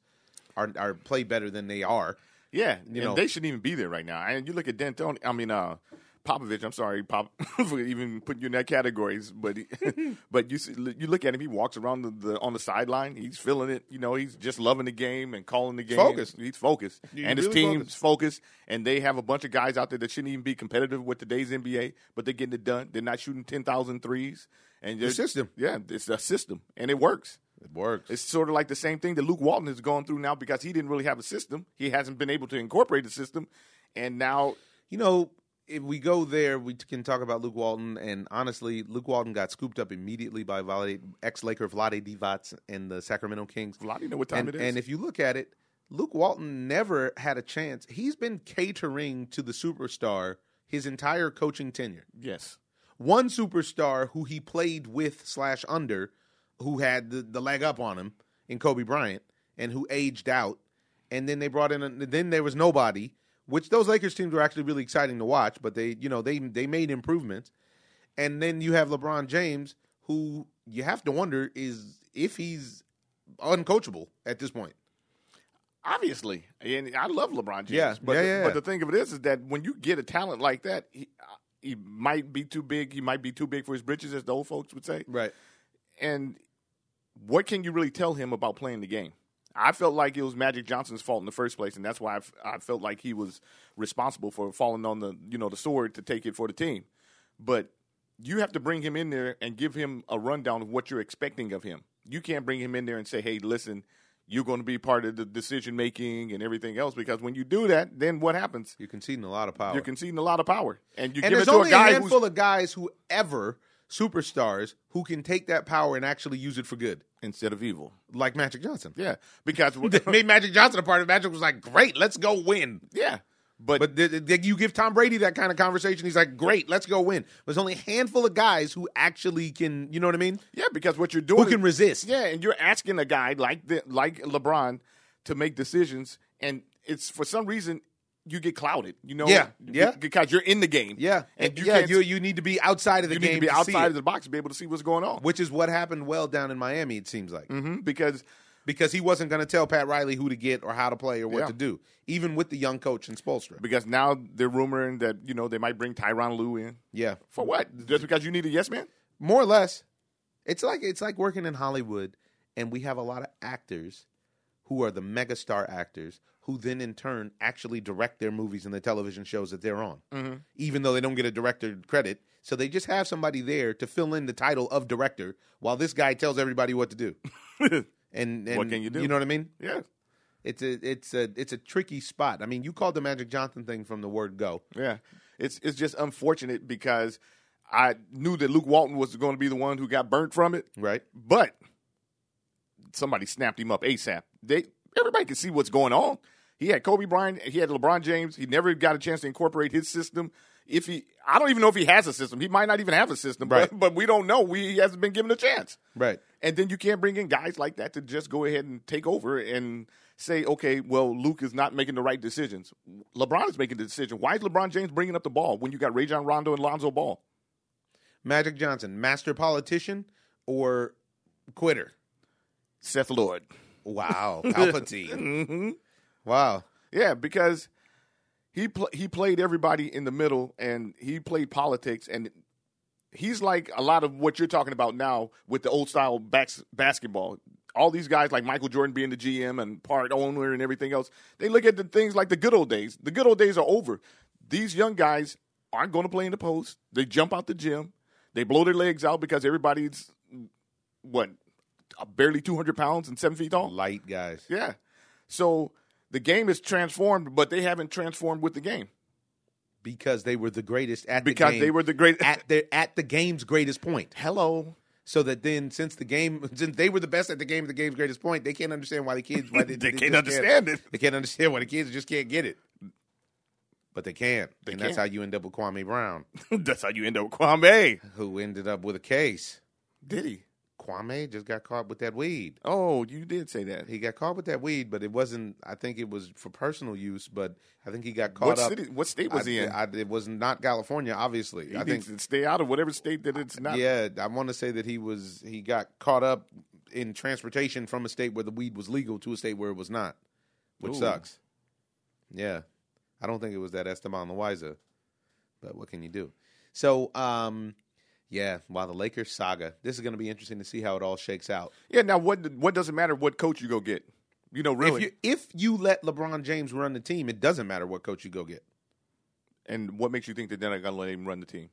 [SPEAKER 1] are are play better than they are.
[SPEAKER 2] Yeah. and
[SPEAKER 1] know.
[SPEAKER 2] they shouldn't even be there right now. And you look at D'Antoni. I mean, uh, Popovich. I'm sorry, Pop, for even putting you in that categories. But he, but you see, you look at him. He walks around the, the on the sideline. He's feeling it. You know, he's just loving the game and calling the game.
[SPEAKER 1] Focused.
[SPEAKER 2] He's focused.
[SPEAKER 1] He's
[SPEAKER 2] and his
[SPEAKER 1] really
[SPEAKER 2] team's
[SPEAKER 1] focused.
[SPEAKER 2] focused. And they have a bunch of guys out there that shouldn't even be competitive with today's NBA, but they're getting it done. They're not shooting 10,000 threes. And they're-
[SPEAKER 1] system.
[SPEAKER 2] Yeah, it's a system, and it works.
[SPEAKER 1] It works.
[SPEAKER 2] It's sort of like the same thing that Luke Walton has gone through now because he didn't really have a system. He hasn't been able to incorporate a system, and now
[SPEAKER 1] You know, if we go there, we can talk about Luke Walton. And honestly, Luke Walton got scooped up immediately by ex Laker Vlade Divac and the Sacramento Kings.
[SPEAKER 2] Vlade know what time
[SPEAKER 1] And,
[SPEAKER 2] it is.
[SPEAKER 1] and if you look at it, Luke Walton never had a chance. He's been catering to the superstar his entire coaching tenure.
[SPEAKER 2] yes,
[SPEAKER 1] One superstar who he played with slash under, who had the, the leg up on him in Kobe Bryant, and who aged out, and then they brought in. A, then there was nobody. Which those Lakers teams were actually really exciting to watch, but they, you know, they they made improvements, and then you have LeBron James, who you have to wonder is if he's uncoachable at this point.
[SPEAKER 2] obviously, and I love LeBron James.
[SPEAKER 1] Yeah,
[SPEAKER 2] but
[SPEAKER 1] yeah,
[SPEAKER 2] the,
[SPEAKER 1] yeah.
[SPEAKER 2] but the thing of it is, is that when you get a talent like that, he, he might be too big. He might be too big for his britches, as the old folks would say.
[SPEAKER 1] Right.
[SPEAKER 2] and what can you really tell him about playing the game? I felt like it was Magic Johnson's fault in the first place, and that's why I, f- I felt like he was responsible for falling on the you know the sword to take it for the team. But you have to bring him in there and give him a rundown of what you're expecting of him. You can't bring him in there and say, "Hey, listen, you're going to be part of the decision making and everything else," because when you do that, then what happens?
[SPEAKER 1] You're conceding a lot of power.
[SPEAKER 2] You're conceding a lot of power, and you
[SPEAKER 1] and
[SPEAKER 2] give it
[SPEAKER 1] there's
[SPEAKER 2] to
[SPEAKER 1] only
[SPEAKER 2] a
[SPEAKER 1] a,
[SPEAKER 2] guy who's
[SPEAKER 1] handful of guys who ever superstars who can take that power and actually use it for good,
[SPEAKER 2] instead of evil.
[SPEAKER 1] like Magic Johnson.
[SPEAKER 2] Yeah, because
[SPEAKER 1] They made Magic Johnson a part of it. Magic was like, great, let's go win.
[SPEAKER 2] yeah, but,
[SPEAKER 1] But th- th- you give Tom Brady that kind of conversation, he's like, great, let's go win. There's only a handful of guys who actually can, you know what I mean?
[SPEAKER 2] yeah, because what you're doing
[SPEAKER 1] Who can resist.
[SPEAKER 2] Yeah, and you're asking a guy like the, like LeBron to make decisions, and it's for some reason you get clouded. You know,
[SPEAKER 1] Yeah,
[SPEAKER 2] Be-
[SPEAKER 1] yeah.
[SPEAKER 2] because you're in the game.
[SPEAKER 1] Yeah,
[SPEAKER 2] and you
[SPEAKER 1] yeah,
[SPEAKER 2] can't.
[SPEAKER 1] you you need to be outside of the
[SPEAKER 2] you
[SPEAKER 1] game
[SPEAKER 2] need to be
[SPEAKER 1] to see
[SPEAKER 2] outside of
[SPEAKER 1] it,
[SPEAKER 2] the box to be able to see what's going on.
[SPEAKER 1] which is what happened well down in Miami. It seems like
[SPEAKER 2] hmm because
[SPEAKER 1] because he wasn't going to tell Pat Riley who to get or how to play or what
[SPEAKER 2] Yeah.
[SPEAKER 1] to do, even with the young coach in Spolstra.
[SPEAKER 2] because now they're rumoring that you know they might bring Tyron Lue in
[SPEAKER 1] Yeah,
[SPEAKER 2] for what? Just because you need a yes man?
[SPEAKER 1] more or less. It's like it's like working in Hollywood, and we have a lot of actors who are the megastar actors who then in turn actually direct their movies and the television shows that they're on,
[SPEAKER 2] Mm-hmm.
[SPEAKER 1] even though they don't get a director credit. So they just have somebody there to fill in the title of director while this guy tells everybody what to do. And, and
[SPEAKER 2] What can you do?
[SPEAKER 1] You know what I mean?
[SPEAKER 2] yeah,
[SPEAKER 1] It's a it's a it's a tricky spot. I mean, you called the Magic Johnson thing from the word go.
[SPEAKER 2] yeah. It's it's just unfortunate because I knew that Luke Walton was going to be the one who got burnt from it.
[SPEAKER 1] Right.
[SPEAKER 2] But somebody snapped him up ASAP. They everybody could see what's going on. He had Kobe Bryant, he had LeBron James. He never got a chance to incorporate his system. If he, I don't even know if he has a system. He might not even have a system, but,
[SPEAKER 1] Right.
[SPEAKER 2] but we don't know. We, he hasn't been given a chance.
[SPEAKER 1] Right.
[SPEAKER 2] And then you can't bring in guys like that to just go ahead and take over and say, okay, well, Luke is not making the right decisions. LeBron is making the decision. Why is LeBron James bringing up the ball when you got Rajon Rondo and Lonzo Ball?
[SPEAKER 1] Magic Johnson, master politician or quitter?
[SPEAKER 2] Seth Lord.
[SPEAKER 1] Wow, Palpatine. Wow.
[SPEAKER 2] Yeah, because he pl- he played everybody in the middle, and he played politics, and he's like a lot of what you're talking about now with the old style backs- basketball. All these guys like Michael Jordan being the GM and part owner and everything else, they look at the things like the good old days. The good old days are over. These young guys aren't going to play in the post. They jump out the gym. They blow their legs out because everybody's what barely 200 pounds and seven feet tall.
[SPEAKER 1] Light guys.
[SPEAKER 2] Yeah. So the game is transformed, but they haven't transformed with the game
[SPEAKER 1] Because they were the greatest at
[SPEAKER 2] because
[SPEAKER 1] the game.
[SPEAKER 2] they were the great.
[SPEAKER 1] at their at the game's greatest point.
[SPEAKER 2] Hello.
[SPEAKER 1] So that then since the game since they were the best at the game at the game's greatest point, they can't understand why the kids why they,
[SPEAKER 2] They
[SPEAKER 1] just
[SPEAKER 2] can't understand it.
[SPEAKER 1] They can't understand why the kids just can't get it. But they can. and that's how
[SPEAKER 2] can.
[SPEAKER 1] you end up with Kwame Brown.
[SPEAKER 2] That's how you end up with Kwame.
[SPEAKER 1] who ended up with a case.
[SPEAKER 2] Did he?
[SPEAKER 1] Kwame just got caught with that weed.
[SPEAKER 2] Oh, you did say that.
[SPEAKER 1] He got caught with that weed, but it wasn't. I think it was for personal use, but I think he got caught
[SPEAKER 2] What
[SPEAKER 1] up.
[SPEAKER 2] city? What state was
[SPEAKER 1] I-
[SPEAKER 2] he in?
[SPEAKER 1] I- it was not California, obviously.
[SPEAKER 2] he
[SPEAKER 1] I think.
[SPEAKER 2] needs to stay out of whatever state that it's not.
[SPEAKER 1] Yeah, I want to say that he was. He got caught up in transportation from a state where the weed was legal to a state where it was not, which
[SPEAKER 2] Ooh.
[SPEAKER 1] sucks. Yeah, I don't think it was that Esteban Loiza, but what can you do? So, um, yeah, while the Lakers saga, this is going to be interesting to see how it all shakes out.
[SPEAKER 2] Yeah. Now, what? What does it matter what coach you go get? You know, really.
[SPEAKER 1] If you if you let LeBron James run the team, it doesn't matter what coach you go get.
[SPEAKER 2] and what makes you think that they're not going to let him run the team?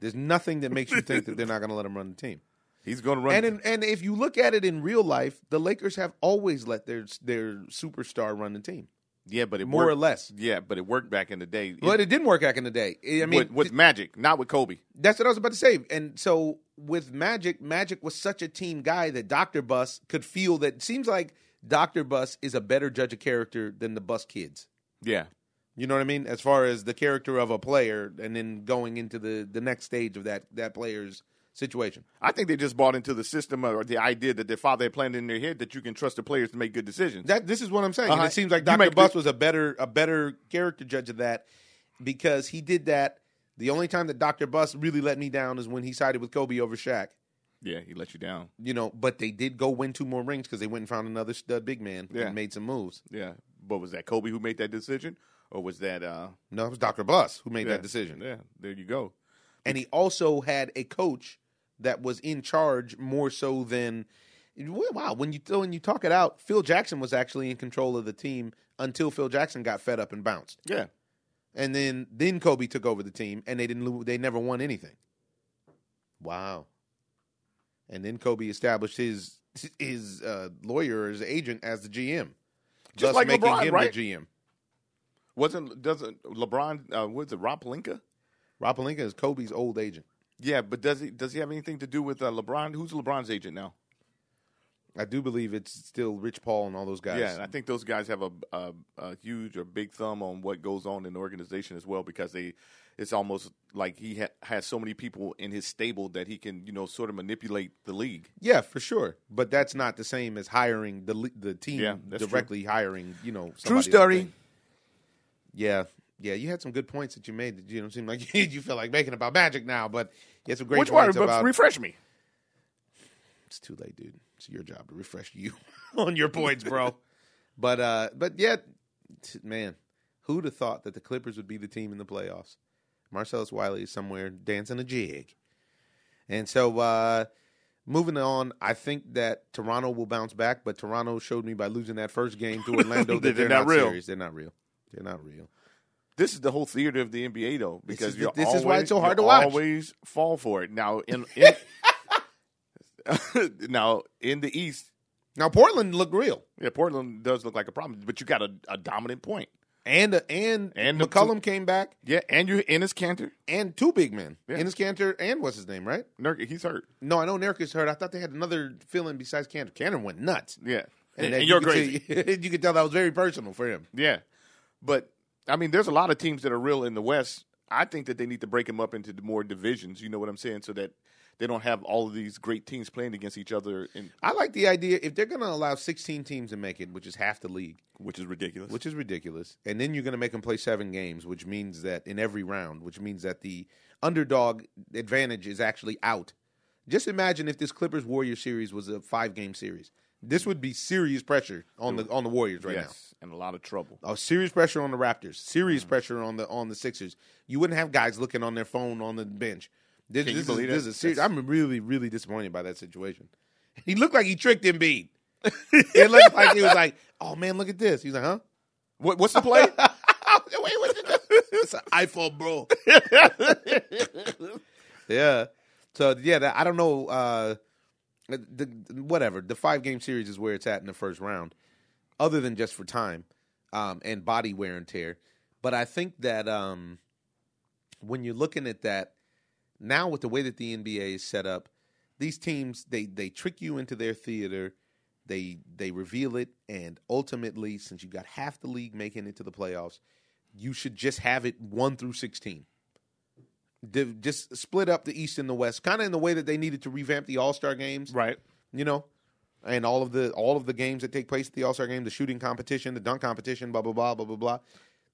[SPEAKER 1] There's nothing that makes you think that they're not going to let him run the team.
[SPEAKER 2] He's going to run.
[SPEAKER 1] And in, and if you look at it in real life, the Lakers have always let their their superstar run the team,
[SPEAKER 2] yeah, but it
[SPEAKER 1] more or
[SPEAKER 2] worked.
[SPEAKER 1] less.
[SPEAKER 2] Yeah, but it worked back in the day. It-
[SPEAKER 1] But it didn't work back in the day. I mean,
[SPEAKER 2] with, with Magic, not with Kobe.
[SPEAKER 1] that's what I was about to say. And so with Magic, Magic was such a team guy that Dr. Bus could feel that. Seems like Dr. Bus is a better judge of character than the Bus kids.
[SPEAKER 2] Yeah.
[SPEAKER 1] You know what I mean? As far as the character of a player, and then going into the the next stage of that that player's situation.
[SPEAKER 2] I think they just bought into the system or the idea that their father had planted in their head that you can trust the players to make good decisions.
[SPEAKER 1] That this is what I'm saying. And
[SPEAKER 2] Uh-huh.
[SPEAKER 1] it seems like
[SPEAKER 2] You
[SPEAKER 1] Dr.
[SPEAKER 2] make
[SPEAKER 1] Bus
[SPEAKER 2] the-
[SPEAKER 1] was a better a better character judge of that because he did that. The only time that Dr. Bus really let me down is when he sided with Kobe over Shaq.
[SPEAKER 2] yeah, he let you down.
[SPEAKER 1] You know, but they did go win two more rings because they went and found another stud big man
[SPEAKER 2] Yeah.
[SPEAKER 1] and made some moves.
[SPEAKER 2] Yeah, but was that Kobe who made that decision, or was that uh,
[SPEAKER 1] No, it was Dr. Bus who made
[SPEAKER 2] yeah,
[SPEAKER 1] that decision.
[SPEAKER 2] Yeah, there you go.
[SPEAKER 1] and he also had a coach that was in charge more so than Wow, when you when you talk it out, Phil Jackson was actually in control of the team until Phil Jackson got fed up and bounced,
[SPEAKER 2] Yeah.
[SPEAKER 1] and then then Kobe took over the team, and they didn't lose, they never won anything. Wow. And then Kobe established his his uh, lawyer, his agent, as the GM,
[SPEAKER 2] Just
[SPEAKER 1] thus
[SPEAKER 2] like
[SPEAKER 1] making
[SPEAKER 2] LeBron,
[SPEAKER 1] him
[SPEAKER 2] right?
[SPEAKER 1] the GM.
[SPEAKER 2] Wasn't doesn't LeBron uh what's it, Rob Palinka?
[SPEAKER 1] Rob Palinka is Kobe's old agent.
[SPEAKER 2] Yeah, but does he does he have anything to do with uh, LeBron? Who's LeBron's agent now?
[SPEAKER 1] I do believe it's still Rich Paul and all those guys.
[SPEAKER 2] Yeah, and I think those guys have a, a a huge or big thumb on what goes on in the organization as well because they, it's almost like he ha- has so many people in his stable that he can you know sort of manipulate the league.
[SPEAKER 1] Yeah, for sure. But that's not the same as hiring the le- the team
[SPEAKER 2] Yeah, that's
[SPEAKER 1] directly hiring. You know, somebody
[SPEAKER 2] True
[SPEAKER 1] on the
[SPEAKER 2] story.
[SPEAKER 1] thing. Yeah, yeah. You had some good points that you made. That you don't seem like you feel like making about Magic now, but you had some great
[SPEAKER 2] Which one?
[SPEAKER 1] points about.
[SPEAKER 2] refresh me.
[SPEAKER 1] it's too late, dude. It's your job to refresh you on your points, bro. but uh, but yet, t- man, who'd have thought that the Clippers would be the team in the playoffs? Marcellus Wiley is somewhere dancing a jig, and so uh, Moving on, I think that Toronto will bounce back, but Toronto showed me by losing that first game to Orlando that
[SPEAKER 2] They're
[SPEAKER 1] they're,
[SPEAKER 2] not
[SPEAKER 1] not,
[SPEAKER 2] real.
[SPEAKER 1] serious. They're not real. They're not real.
[SPEAKER 2] This is the whole theater of the NBA though because
[SPEAKER 1] is the-
[SPEAKER 2] you're
[SPEAKER 1] this
[SPEAKER 2] always,
[SPEAKER 1] is why it's so hard
[SPEAKER 2] you
[SPEAKER 1] to watch.
[SPEAKER 2] Always fall for it. Now in, in now in the East,
[SPEAKER 1] Now Portland looked real,
[SPEAKER 2] yeah, Portland does look like a problem, but you got a, a dominant point.
[SPEAKER 1] and uh, and
[SPEAKER 2] And
[SPEAKER 1] and
[SPEAKER 2] the-
[SPEAKER 1] McCollum came back,
[SPEAKER 2] Yeah, and you're Ennis Cantor.
[SPEAKER 1] and two big men,
[SPEAKER 2] Yeah.
[SPEAKER 1] Ennis Cantor and what's his name, right?
[SPEAKER 2] Nurkic, he's hurt.
[SPEAKER 1] No, I know Nurkic hurt. I thought they had another fill-in besides Cantor. Cantor went nuts,
[SPEAKER 2] Yeah, and,
[SPEAKER 1] that-
[SPEAKER 2] you're
[SPEAKER 1] could
[SPEAKER 2] crazy.
[SPEAKER 1] see- you could tell that was very personal for him.
[SPEAKER 2] Yeah, but I mean, there's a lot of teams that are real in the West. I think that they need to break them up into more divisions. You know what I'm saying? So that they don't have all of these great teams playing against each other, in,
[SPEAKER 1] I like the idea if they're going to allow 16 teams to make it, which is half the league.
[SPEAKER 2] which is ridiculous.
[SPEAKER 1] which is ridiculous. And then you're going to make them play seven games, which means that in every round, which means that the underdog advantage is actually out. Just imagine if this Clippers Warrior series was a five game series. This would be serious pressure on the on the Warriors right
[SPEAKER 2] yes, and a lot of trouble.
[SPEAKER 1] now. Oh, serious pressure on the Raptors.
[SPEAKER 2] Mm-hmm.
[SPEAKER 1] Serious pressure on the on the Sixers. You wouldn't have guys looking on their phone on the bench. This,
[SPEAKER 2] Can you
[SPEAKER 1] this is,
[SPEAKER 2] believe
[SPEAKER 1] this
[SPEAKER 2] that?
[SPEAKER 1] is a serious.
[SPEAKER 2] That's-
[SPEAKER 1] I'm really really disappointed by that situation. He looked like he tricked Embiid. it looked like he was like, "Oh man, look at this." He's like, "Huh."
[SPEAKER 2] What, what's the play?
[SPEAKER 1] Wait, what did you- It's an iPhone, bro. yeah. So yeah, that, I don't know. Uh, the, whatever the five game series is where it's at in the first round, other than just for time um, and body wear and tear. But I think that um, when you're looking at that now, with the way that the NBA is set up, these teams they they trick you into their theater they they reveal it and ultimately since you got half the league making it to the playoffs you should just have it 1 through 16 Div- just split up the east and the west kind of in the way that they needed to revamp the all-star games
[SPEAKER 2] right.
[SPEAKER 1] you know and all of the all of the games that take place at the all-star game the shooting competition the dunk competition blah blah blah blah blah blah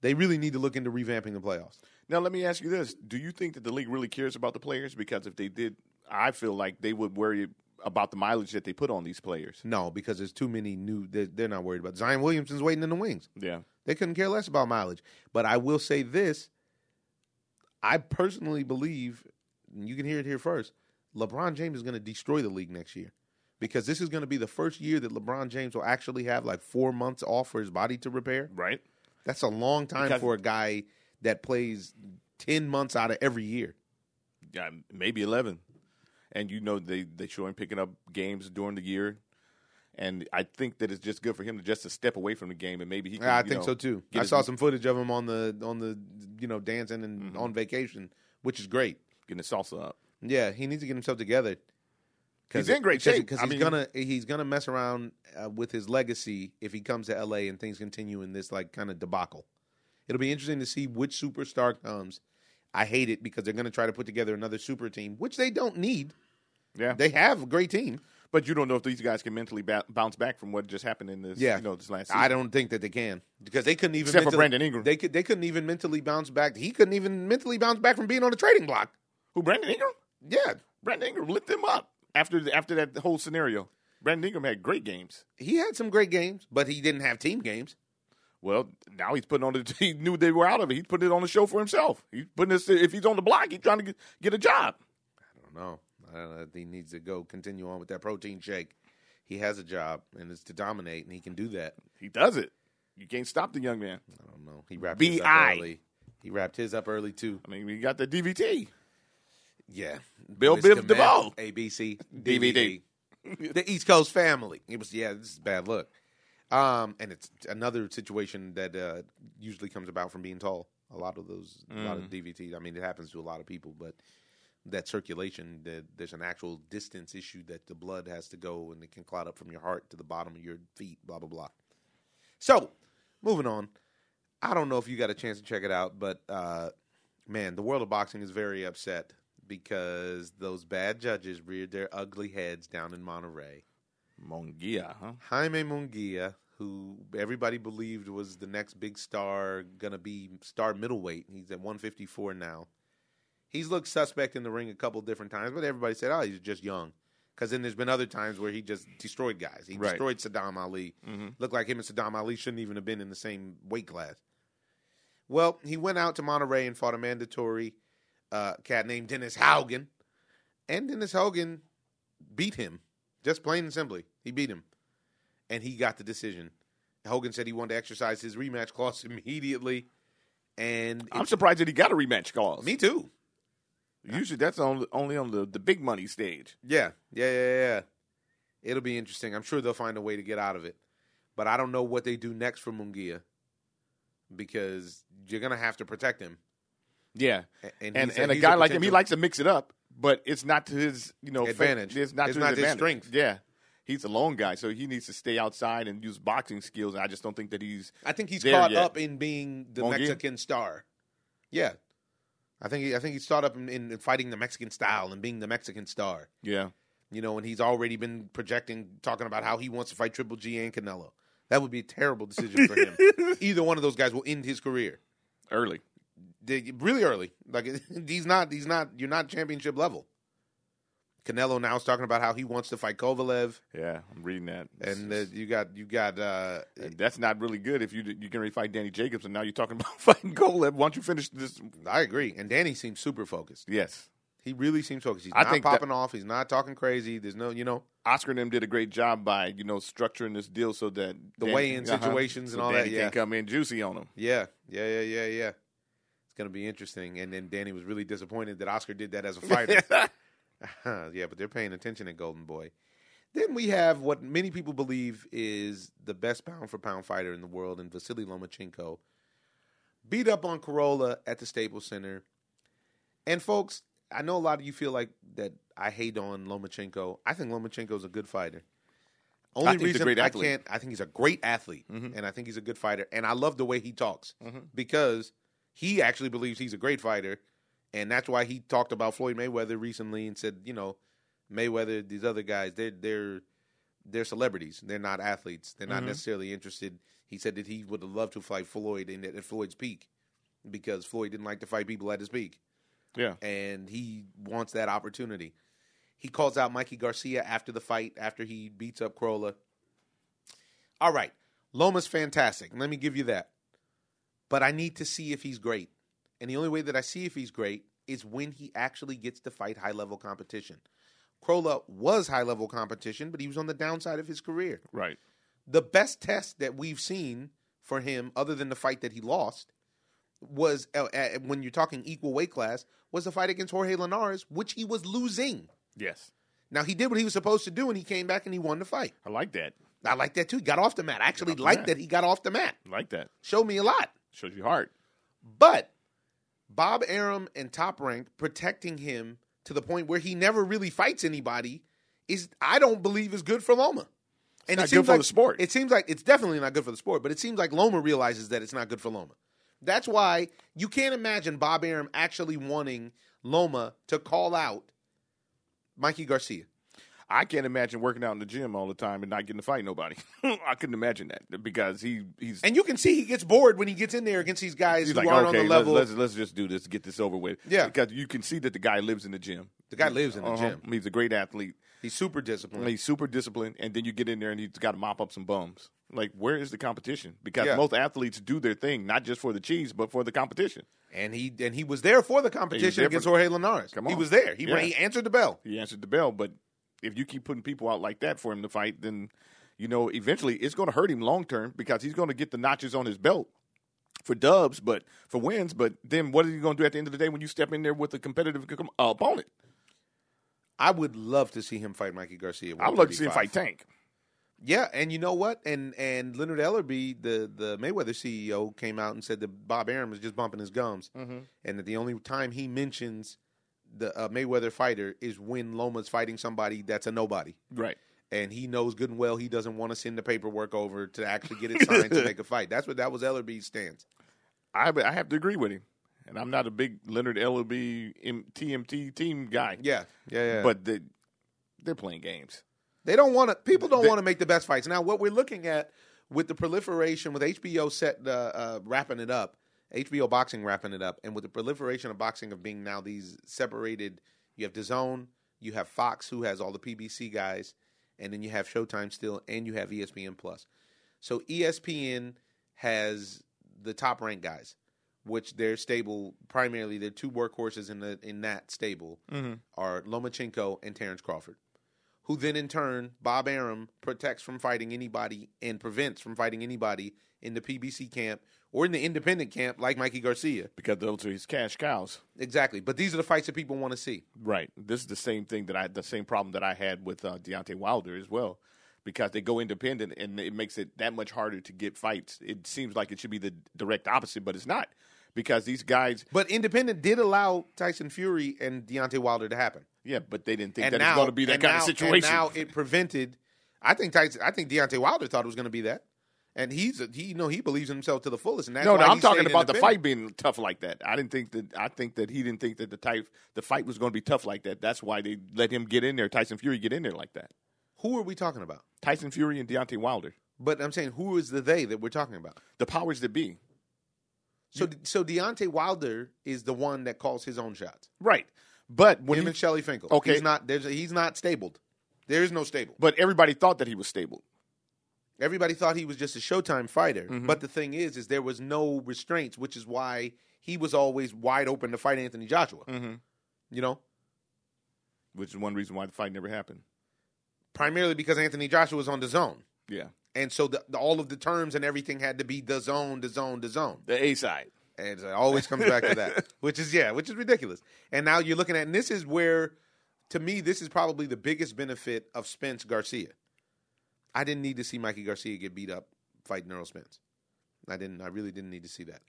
[SPEAKER 1] they really need to look into revamping the playoffs
[SPEAKER 2] Now let me ask you this: Do you think that the league really cares about the players? Because if they did, I feel like they would worry about the mileage that they put on these players.
[SPEAKER 1] no because there's too many new they're, they're not worried about zion williamson's waiting in the wings
[SPEAKER 2] Yeah.
[SPEAKER 1] They couldn't care less about mileage. But I will say this I personally believe, and you can hear it here first, LeBron James is going to destroy the league next year because this is going to be the first year that LeBron James will actually have like four months off for his body to repair.
[SPEAKER 2] Right.
[SPEAKER 1] That's a long time
[SPEAKER 2] Because-
[SPEAKER 1] for a guy that plays 10 months out of every year.
[SPEAKER 2] yeah, maybe eleven. And you know they they show him picking up games during the year, and I think that it's just good for him to just to step away from the game and maybe he. Can,
[SPEAKER 1] Yeah, I
[SPEAKER 2] you
[SPEAKER 1] think
[SPEAKER 2] know,
[SPEAKER 1] so too.
[SPEAKER 2] get
[SPEAKER 1] I
[SPEAKER 2] his-
[SPEAKER 1] saw some footage of him on the on the you know dancing and
[SPEAKER 2] Mm-hmm.
[SPEAKER 1] on vacation, which is great.
[SPEAKER 2] Getting his salsa up.
[SPEAKER 1] Yeah, he needs to get himself together.
[SPEAKER 2] He's in great shape.
[SPEAKER 1] because
[SPEAKER 2] I
[SPEAKER 1] he's
[SPEAKER 2] mean-
[SPEAKER 1] gonna he's gonna mess around uh, with his legacy if he comes to LA and things continue in this like kind of debacle. It'll be interesting to see which superstar comes. I hate it because they're gonna try to put together another super team, which they don't need.
[SPEAKER 2] Yeah.
[SPEAKER 1] They have a great team.
[SPEAKER 2] But you don't know if these guys can mentally ba- bounce back from what just happened in this.
[SPEAKER 1] Yeah.
[SPEAKER 2] You know this last. Season.
[SPEAKER 1] I don't think that they can because they couldn't even
[SPEAKER 2] Except for
[SPEAKER 1] mentally-
[SPEAKER 2] Brandon Ingram.
[SPEAKER 1] They could they couldn't even mentally bounce back. He couldn't even mentally bounce back from being on the trading block.
[SPEAKER 2] Who Brandon Ingram?
[SPEAKER 1] Yeah,
[SPEAKER 2] Brandon Ingram lit them up after the, after that whole scenario. Brandon Ingram had great games.
[SPEAKER 1] he had some great games, but he didn't have team games.
[SPEAKER 2] Well, now he's putting on the. He knew they were out of it. He's putting it on the show for himself. He's putting this. If he's on the block, he's trying to get, get a job.
[SPEAKER 1] I don't know. I don't know. He needs to go continue on with that protein shake. He has a job, and it's to dominate, and he can do that.
[SPEAKER 2] He does it. You can't stop the young man.
[SPEAKER 1] I don't know. He wrapped his
[SPEAKER 2] B.I..
[SPEAKER 1] up early. He wrapped his up early too.
[SPEAKER 2] I mean, we got the DVT.
[SPEAKER 1] Yeah,
[SPEAKER 2] Bill
[SPEAKER 1] Mr.
[SPEAKER 2] Biv DeVoe.
[SPEAKER 1] Matt, ABC
[SPEAKER 2] DVD.
[SPEAKER 1] E. the East Coast family. It was yeah, this is bad luck. Um, and it's another situation that uh, usually comes about from being tall. A lot of those, a lot of DVT. I mean, it happens to a lot of people, but that circulation, that there's an actual distance issue that the blood has to go, and it can clot up from your heart to the bottom of your feet. Blah blah blah. So, moving on. I don't know if you got a chance to check it out, but uh, man, the world of boxing is very upset because those bad judges reared their ugly heads down in Monterey.
[SPEAKER 2] Mongia, huh?
[SPEAKER 1] Jaime Munguia, who everybody believed was the next big star, going to be star middleweight. He's at 154 now. He's looked suspect in the ring a couple different times, but everybody said, oh, he's just young. Because then there's been other times where he just destroyed guys. He
[SPEAKER 2] Right.
[SPEAKER 1] destroyed Saddam Ali.
[SPEAKER 2] Mm-hmm.
[SPEAKER 1] Looked like him and Saddam Ali shouldn't even have been in the same weight class. Well, he went out to Monterey and fought a mandatory uh, cat named Dennis Haugen. And Dennis Hogan beat him, just plain and simply. He beat him, and he got the decision. Hogan said he wanted to exercise his rematch clause immediately, and
[SPEAKER 2] I'm
[SPEAKER 1] it's-
[SPEAKER 2] surprised that he got a rematch clause.
[SPEAKER 1] me too.
[SPEAKER 2] Usually, that's on, only on the, the big money stage.
[SPEAKER 1] Yeah, yeah, yeah, yeah. It'll be interesting. I'm sure they'll find a way to get out of it, but I don't know what they do next for Mungia because you're gonna have to protect him.
[SPEAKER 2] Yeah,
[SPEAKER 1] A-
[SPEAKER 2] and
[SPEAKER 1] he's
[SPEAKER 2] and, a
[SPEAKER 1] he's
[SPEAKER 2] guy like him, he
[SPEAKER 1] potential-
[SPEAKER 2] likes to mix it up, but it's not to his you know fa-
[SPEAKER 1] Advantage.
[SPEAKER 2] it's not
[SPEAKER 1] It's
[SPEAKER 2] to
[SPEAKER 1] not
[SPEAKER 2] his,
[SPEAKER 1] his
[SPEAKER 2] advantage.
[SPEAKER 1] strength.
[SPEAKER 2] Yeah, he's a lone guy, so he needs to stay outside and use boxing skills. I just don't think that he's
[SPEAKER 1] I think he's
[SPEAKER 2] there
[SPEAKER 1] caught
[SPEAKER 2] yet.
[SPEAKER 1] up in being the
[SPEAKER 2] Munguia?
[SPEAKER 1] Mexican star. Yeah, I think he, I think he's caught up in, in fighting the Mexican style and being the Mexican star.
[SPEAKER 2] yeah.
[SPEAKER 1] you know, and he's already been projecting, talking about how he wants to fight Triple G and Canelo. That would be a terrible decision for him. Either one of those guys will end his career
[SPEAKER 2] early.
[SPEAKER 1] They- really early. Like he's not, he's not, you're not championship level. Canelo now is talking about how he wants to fight Kovalev,
[SPEAKER 2] Yeah, I'm reading that,
[SPEAKER 1] and uh, you got, you got, uh,
[SPEAKER 2] And that's not really good if you you're going to fight Danny Jacobs, and now you're talking about fighting Goleb. Why don't you finish this?
[SPEAKER 1] I agree. And Danny seems super focused.
[SPEAKER 2] Yes,
[SPEAKER 1] He really seems focused. He's
[SPEAKER 2] I
[SPEAKER 1] not
[SPEAKER 2] think that-
[SPEAKER 1] popping off. He's not talking crazy. There's no, you know,
[SPEAKER 2] Oscar and them did a great job by you know structuring this deal so that
[SPEAKER 1] The
[SPEAKER 2] Danny- Uh-huh.
[SPEAKER 1] weigh-in situations and
[SPEAKER 2] So
[SPEAKER 1] all
[SPEAKER 2] Danny
[SPEAKER 1] that, yeah.
[SPEAKER 2] can come in juicy on him.
[SPEAKER 1] Yeah, yeah, yeah, yeah, yeah. It's gonna be interesting. And then Danny was really disappointed that Oscar did that as a fighter. yeah, but they're paying attention at Golden Boy. Then we have what many people believe is the best pound for pound fighter in the world, and Vasily Lomachenko beat up on Corolla at the Staples Center. And folks, I know a lot of you feel like that I hate on Lomachenko. I think Lomachenko's a good fighter. Only
[SPEAKER 2] think he's a
[SPEAKER 1] reason
[SPEAKER 2] great
[SPEAKER 1] I
[SPEAKER 2] athlete.
[SPEAKER 1] can't, I think he's a great athlete, and I think he's a good fighter, and I love the way he talks
[SPEAKER 2] Mm-hmm.
[SPEAKER 1] because he actually believes he's a great fighter, and that's why he talked about Floyd Mayweather recently and said, you know, Mayweather, these other guys, they're they're they're celebrities. They're not athletes. They're not necessarily interested. He said that he would have loved to fight Floyd in at Floyd's peak because Floyd didn't like to fight people at his peak,
[SPEAKER 2] Yeah,
[SPEAKER 1] and he wants that opportunity. He calls out Mikey Garcia after the fight, after he beats up Corolla. All right, Loma's fantastic. Let me give you that. But I need to see if he's great. And the only way that I see if he's great is when he actually gets to fight high level competition. Corolla was high level competition, but he was on the downside of his career
[SPEAKER 2] right.
[SPEAKER 1] the best test that we've seen for him, other than the fight that he lost, was uh, uh, when you're talking equal weight class, was the fight against Jorge Linares, which he was losing.
[SPEAKER 2] Yes,
[SPEAKER 1] Now he did what he was supposed to do, and he came back and he won the fight.
[SPEAKER 2] I like that.
[SPEAKER 1] I like that too. He got off the mat. I actually
[SPEAKER 2] off the
[SPEAKER 1] like
[SPEAKER 2] mat.
[SPEAKER 1] that he got off the mat.
[SPEAKER 2] I like that.
[SPEAKER 1] Showed me a lot.
[SPEAKER 2] Shows you heart.
[SPEAKER 1] But Bob Arum and Top Rank protecting him to the point where he never really fights anybody is I don't believe is good for Loma. And
[SPEAKER 2] not good for
[SPEAKER 1] like
[SPEAKER 2] the sport.
[SPEAKER 1] It seems like it's definitely not good for the sport, but it seems like Loma realizes that it's not good for Loma. That's why you can't imagine Bob Arum actually wanting Loma to call out Mikey Garcia.
[SPEAKER 2] I can't imagine working out in the gym all the time and not getting to fight nobody. I couldn't imagine that because he he's
[SPEAKER 1] And you can see he gets bored when he gets in there against these guys
[SPEAKER 2] he's
[SPEAKER 1] who
[SPEAKER 2] like
[SPEAKER 1] aren't
[SPEAKER 2] okay,
[SPEAKER 1] on the level.
[SPEAKER 2] Let's, let's let's just do this, get this over with.
[SPEAKER 1] Yeah.
[SPEAKER 2] because you can see that the guy lives in the gym.
[SPEAKER 1] the guy lives in the
[SPEAKER 2] Uh-huh.
[SPEAKER 1] gym. Mm-hmm.
[SPEAKER 2] He's a great athlete.
[SPEAKER 1] He's super disciplined.
[SPEAKER 2] He's super disciplined, and then you get in there and he's got to mop up some bums. Like, where is the competition? Because
[SPEAKER 1] Yeah.
[SPEAKER 2] most athletes do their thing, not just for the cheese, but for the competition.
[SPEAKER 1] And he and he was there for the competition
[SPEAKER 2] there
[SPEAKER 1] against
[SPEAKER 2] for-
[SPEAKER 1] Jorge Linares.
[SPEAKER 2] Come
[SPEAKER 1] He
[SPEAKER 2] on.
[SPEAKER 1] was there. He
[SPEAKER 2] Yeah.
[SPEAKER 1] he answered the bell.
[SPEAKER 2] He answered the bell, but if you keep putting people out like that for him to fight, then you know eventually it's going to hurt him long term because he's going to get the notches on his belt for dubs, but for wins. But then what are you going to do at the end of the day when you step in there with a competitive com- uh, opponent?
[SPEAKER 1] I would love to see him fight Mikey Garcia.
[SPEAKER 2] I would love to see him fight Tank.
[SPEAKER 1] Yeah, and you know what? And and Leonard Ellerby, the the Mayweather CEO, came out and said that Bob Arum was just bumping his gums, and that the only time he mentions the uh, Mayweather fighter is when Loma's fighting somebody that's a nobody,
[SPEAKER 2] Right.
[SPEAKER 1] and he knows good and well he doesn't want to send the paperwork over to actually get it signed to make a fight. That's what that was Ellerby's stance.
[SPEAKER 2] I I have to agree with him, and I'm not a big Leonard Ellerby M- TMT team guy.
[SPEAKER 1] Yeah, yeah, yeah.
[SPEAKER 2] But they, they're playing games.
[SPEAKER 1] They don't want to. People don't
[SPEAKER 2] They-
[SPEAKER 1] want to make the best fights. Now, what we're looking at with the proliferation, with HBO set uh, uh, wrapping it up, HBO boxing wrapping it up, and with the proliferation of boxing of being now these separated, you have DAZN, you have Fox, who has all the PBC guys, and then you have Showtime still, and you have E ESPN Plus. So E ESPN has the top ranked guys, which their stable primarily their two workhorses in the in that stable are Lomachenko and Terrence Crawford who then in turn Bob Arum protects from fighting anybody and prevents from fighting anybody in the PBC camp or in the independent camp like Mikey Garcia.
[SPEAKER 2] because those are his cash cows.
[SPEAKER 1] Exactly. But these are the fights that people want to see.
[SPEAKER 2] Right. This is the same thing that I the same problem that I had with uh, Deontay Wilder as well, because they go independent and it makes it that much harder to get fights. It seems like it should be the direct opposite, but it's not because these guys.
[SPEAKER 1] But independent did allow Tyson Fury and Deontay Wilder to happen.
[SPEAKER 2] Yeah, but they didn't think
[SPEAKER 1] And
[SPEAKER 2] that
[SPEAKER 1] now
[SPEAKER 2] it's going to be that
[SPEAKER 1] and
[SPEAKER 2] kind
[SPEAKER 1] now-
[SPEAKER 2] of situation.
[SPEAKER 1] And now it prevented I think Tyson I think Deontay Wilder thought it was going to be that. And he's a, he you know he believes in himself to the fullest and that's
[SPEAKER 2] no,
[SPEAKER 1] why
[SPEAKER 2] no,
[SPEAKER 1] he
[SPEAKER 2] I'm talking
[SPEAKER 1] stayed
[SPEAKER 2] about the
[SPEAKER 1] independent.
[SPEAKER 2] fight being tough like that. I didn't think that. I think that he didn't think that the type the fight was going to be tough like that. That's why they let him get in there. Tyson Fury get in there like that.
[SPEAKER 1] Who are we talking about?
[SPEAKER 2] Tyson Fury and Deontay Wilder,
[SPEAKER 1] But I'm saying who is the they that we're talking about?
[SPEAKER 2] the powers that be.
[SPEAKER 1] So so Deontay Wilder is the one that calls his own shots.
[SPEAKER 2] Right. But when
[SPEAKER 1] him
[SPEAKER 2] he-
[SPEAKER 1] and Shelly Finkel.
[SPEAKER 2] Okay.
[SPEAKER 1] he's not there's he's not stabled. There is no stable.
[SPEAKER 2] but everybody thought that he was stable.
[SPEAKER 1] Everybody thought he was just a Showtime fighter,
[SPEAKER 2] Mm-hmm.
[SPEAKER 1] but the thing is, is there was no restraints, which is why he was always wide open to fight Anthony Joshua. You know,
[SPEAKER 2] which is one reason why the fight never happened.
[SPEAKER 1] primarily because Anthony Joshua was on the zone,
[SPEAKER 2] Yeah,
[SPEAKER 1] and so the, the, all of the terms and everything had to be the zone, the zone, the zone.
[SPEAKER 2] the A side.
[SPEAKER 1] And it always comes back to that, which is yeah, which is ridiculous. And now you're looking at, and this is where, to me, this is probably the biggest benefit of Spence Garcia. I didn't need to see Mikey Garcia get beat up fighting Earl Spence. I didn't. I really didn't need to see that.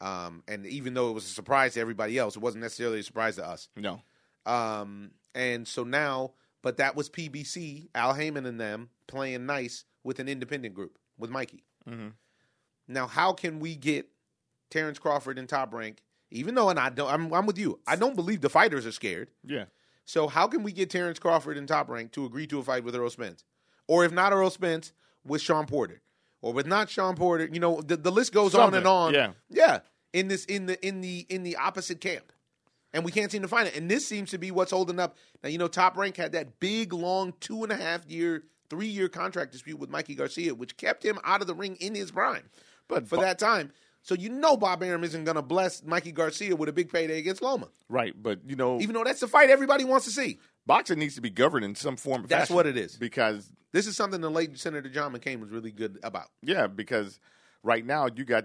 [SPEAKER 1] Um, and even though it was a surprise to everybody else, it wasn't necessarily a surprise to us.
[SPEAKER 2] No,
[SPEAKER 1] Um, and so now, but that was PBC, Al Heyman and them playing nice with an independent group with Mikey. Now, how can we get Terrence Crawford in top rank? Even though, and I don't, I'm, I'm with you. I don't believe the fighters are scared.
[SPEAKER 2] yeah,
[SPEAKER 1] So how can we get Terrence Crawford in top rank to agree to a fight with Earl Spence, or if not Earl Spence, with Sean Porter, or with not Sean Porter? You know, the, the list goes on
[SPEAKER 2] Something,
[SPEAKER 1] and on.
[SPEAKER 2] yeah.
[SPEAKER 1] yeah. In this, in the, in the, in the opposite camp, and we can't seem to find it. And this seems to be what's holding up. Now you know, top rank had that big, long two and a half year, three year contract dispute with Mikey Garcia, which kept him out of the ring in his prime.
[SPEAKER 2] But
[SPEAKER 1] for
[SPEAKER 2] Bo-
[SPEAKER 1] that time. So you know Bob Arum isn't going to bless Mikey Garcia with a big payday against Loma,
[SPEAKER 2] right. But you know,
[SPEAKER 1] even though that's the fight everybody wants to see.
[SPEAKER 2] boxing needs to be governed in some form. Of
[SPEAKER 1] That's
[SPEAKER 2] fashion.
[SPEAKER 1] what it is.
[SPEAKER 2] Because
[SPEAKER 1] This is something the late Senator John McCain was really good about.
[SPEAKER 2] yeah, because right now you got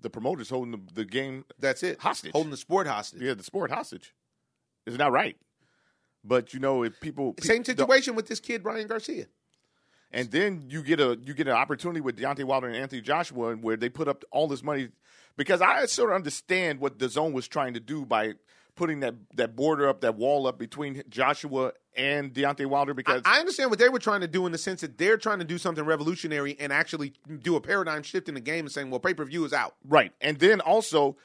[SPEAKER 2] the promoters holding the, the game,
[SPEAKER 1] That's it.
[SPEAKER 2] Hostage.
[SPEAKER 1] Holding the sport hostage.
[SPEAKER 2] yeah, the sport hostage. It's not right. But you know, if people pe-
[SPEAKER 1] Same
[SPEAKER 2] the-
[SPEAKER 1] situation with this kid, Brian Garcia.
[SPEAKER 2] and then you get a you get an opportunity with Deontay Wilder and Anthony Joshua, where they put up all this money. Because I sort of understand what the zone was trying to do by putting that, that border up, that wall up between Joshua and Deontay Wilder. Because
[SPEAKER 1] I understand what they were trying to do in the sense that they're trying to do something revolutionary and actually do a paradigm shift in the game and saying, well, pay per view is out.
[SPEAKER 2] Right. And then also,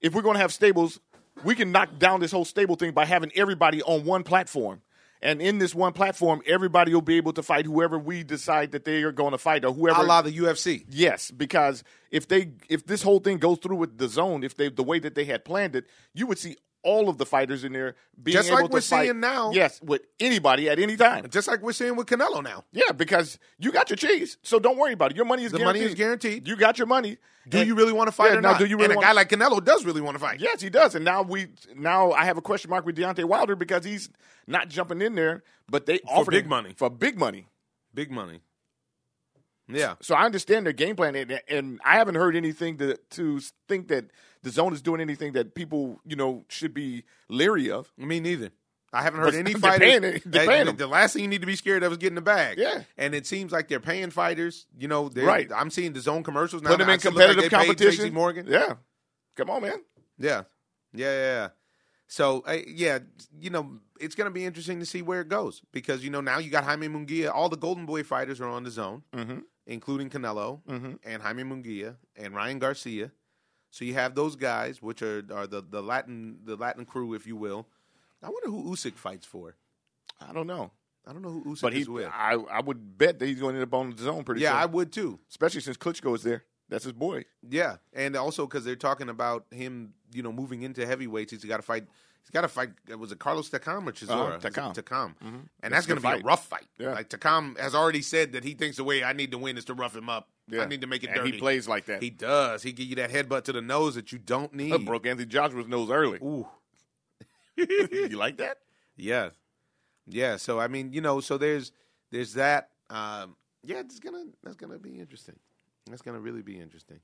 [SPEAKER 2] if we're going to have stables, we can knock down this whole stable thing by having everybody on one platform. And in this one platform, everybody will be able to fight whoever we decide that they are going to fight or whoever.
[SPEAKER 1] A la the UFC.
[SPEAKER 2] yes, because if they if this whole thing goes through with the zone, if they the way that they had planned it, you would see all of the fighters in there being
[SPEAKER 1] Just
[SPEAKER 2] able
[SPEAKER 1] like
[SPEAKER 2] to
[SPEAKER 1] we're
[SPEAKER 2] fight.
[SPEAKER 1] seeing now.
[SPEAKER 2] Yes, with anybody at any time.
[SPEAKER 1] Just like we're seeing with Canelo now.
[SPEAKER 2] Yeah, because you got your cheese, so don't worry about it. Your money is
[SPEAKER 1] The
[SPEAKER 2] guaranteed.
[SPEAKER 1] money is guaranteed.
[SPEAKER 2] You got your money.
[SPEAKER 1] Do
[SPEAKER 2] And-
[SPEAKER 1] you really want to fight
[SPEAKER 2] Yeah,
[SPEAKER 1] or
[SPEAKER 2] now
[SPEAKER 1] not?
[SPEAKER 2] do you really
[SPEAKER 1] and a
[SPEAKER 2] wanna-
[SPEAKER 1] guy like Canelo does really want to fight.
[SPEAKER 2] Yes, he does. And now we now I have a question mark with Deontay Wilder because he's not jumping in there, but they offered
[SPEAKER 1] big
[SPEAKER 2] him
[SPEAKER 1] money.
[SPEAKER 2] for big money.
[SPEAKER 1] Big money. Yeah.
[SPEAKER 2] So I understand their game plan, and, and I haven't heard anything to to think that the zone is doing anything that people you know should be leery of.
[SPEAKER 1] Me neither. I haven't heard
[SPEAKER 2] But
[SPEAKER 1] any
[SPEAKER 2] they're
[SPEAKER 1] fighters.
[SPEAKER 2] paying it- they're
[SPEAKER 1] that-
[SPEAKER 2] paying
[SPEAKER 1] the,
[SPEAKER 2] 'em.
[SPEAKER 1] last thing you need to be scared of is getting the bag.
[SPEAKER 2] Yeah.
[SPEAKER 1] and it seems like they're paying fighters. You know, they're-
[SPEAKER 2] Right.
[SPEAKER 1] I'm seeing the zone commercials now.
[SPEAKER 2] Put them in
[SPEAKER 1] that actually look like
[SPEAKER 2] competitive
[SPEAKER 1] they paid
[SPEAKER 2] competition.
[SPEAKER 1] Tracy Morgan.
[SPEAKER 2] Yeah, come on, man.
[SPEAKER 1] Yeah, yeah, yeah. yeah. So I yeah, you know, it's going to be interesting to see where it goes because you know now you got Jaime Munguia. All the Golden Boy fighters are on the zone,
[SPEAKER 2] Mm-hmm.
[SPEAKER 1] including Canelo
[SPEAKER 2] Mm-hmm.
[SPEAKER 1] and Jaime Munguia and Ryan Garcia. So you have those guys, which are are the the Latin the Latin crew, if you will. I wonder who Usyk fights for.
[SPEAKER 2] I don't know,
[SPEAKER 1] I don't know who Usyk
[SPEAKER 2] but he.
[SPEAKER 1] is with.
[SPEAKER 2] I I would bet that he's going to end up on the zone pretty
[SPEAKER 1] yeah, I
[SPEAKER 2] soon,
[SPEAKER 1] would too.
[SPEAKER 2] especially since Klitschko is there. That's his boy.
[SPEAKER 1] Yeah, and also because they're talking about him, you know, moving into heavyweights. He's got to fight. He's got to fight. It was a Carlos Takam or Chisora?
[SPEAKER 2] Uh-huh, Takam.
[SPEAKER 1] Takam.
[SPEAKER 2] Mhm.
[SPEAKER 1] And
[SPEAKER 2] That's
[SPEAKER 1] that's
[SPEAKER 2] a
[SPEAKER 1] going
[SPEAKER 2] good
[SPEAKER 1] to be a
[SPEAKER 2] fight.
[SPEAKER 1] rough fight.
[SPEAKER 2] Yeah.
[SPEAKER 1] Like Takam has already said that he thinks the way I need to win is to rough him up.
[SPEAKER 2] Yeah.
[SPEAKER 1] I need to make it
[SPEAKER 2] And
[SPEAKER 1] dirty.
[SPEAKER 2] he plays like that.
[SPEAKER 1] He does. He give you that headbutt to the nose that you don't need.
[SPEAKER 2] Look, broke Anthony Joshua's nose early.
[SPEAKER 1] Ooh.
[SPEAKER 2] you like that?
[SPEAKER 1] Yeah, yeah. So I mean, you know, so there's there's that. Um, yeah, it's gonna that's gonna be interesting. That's gonna really be interesting.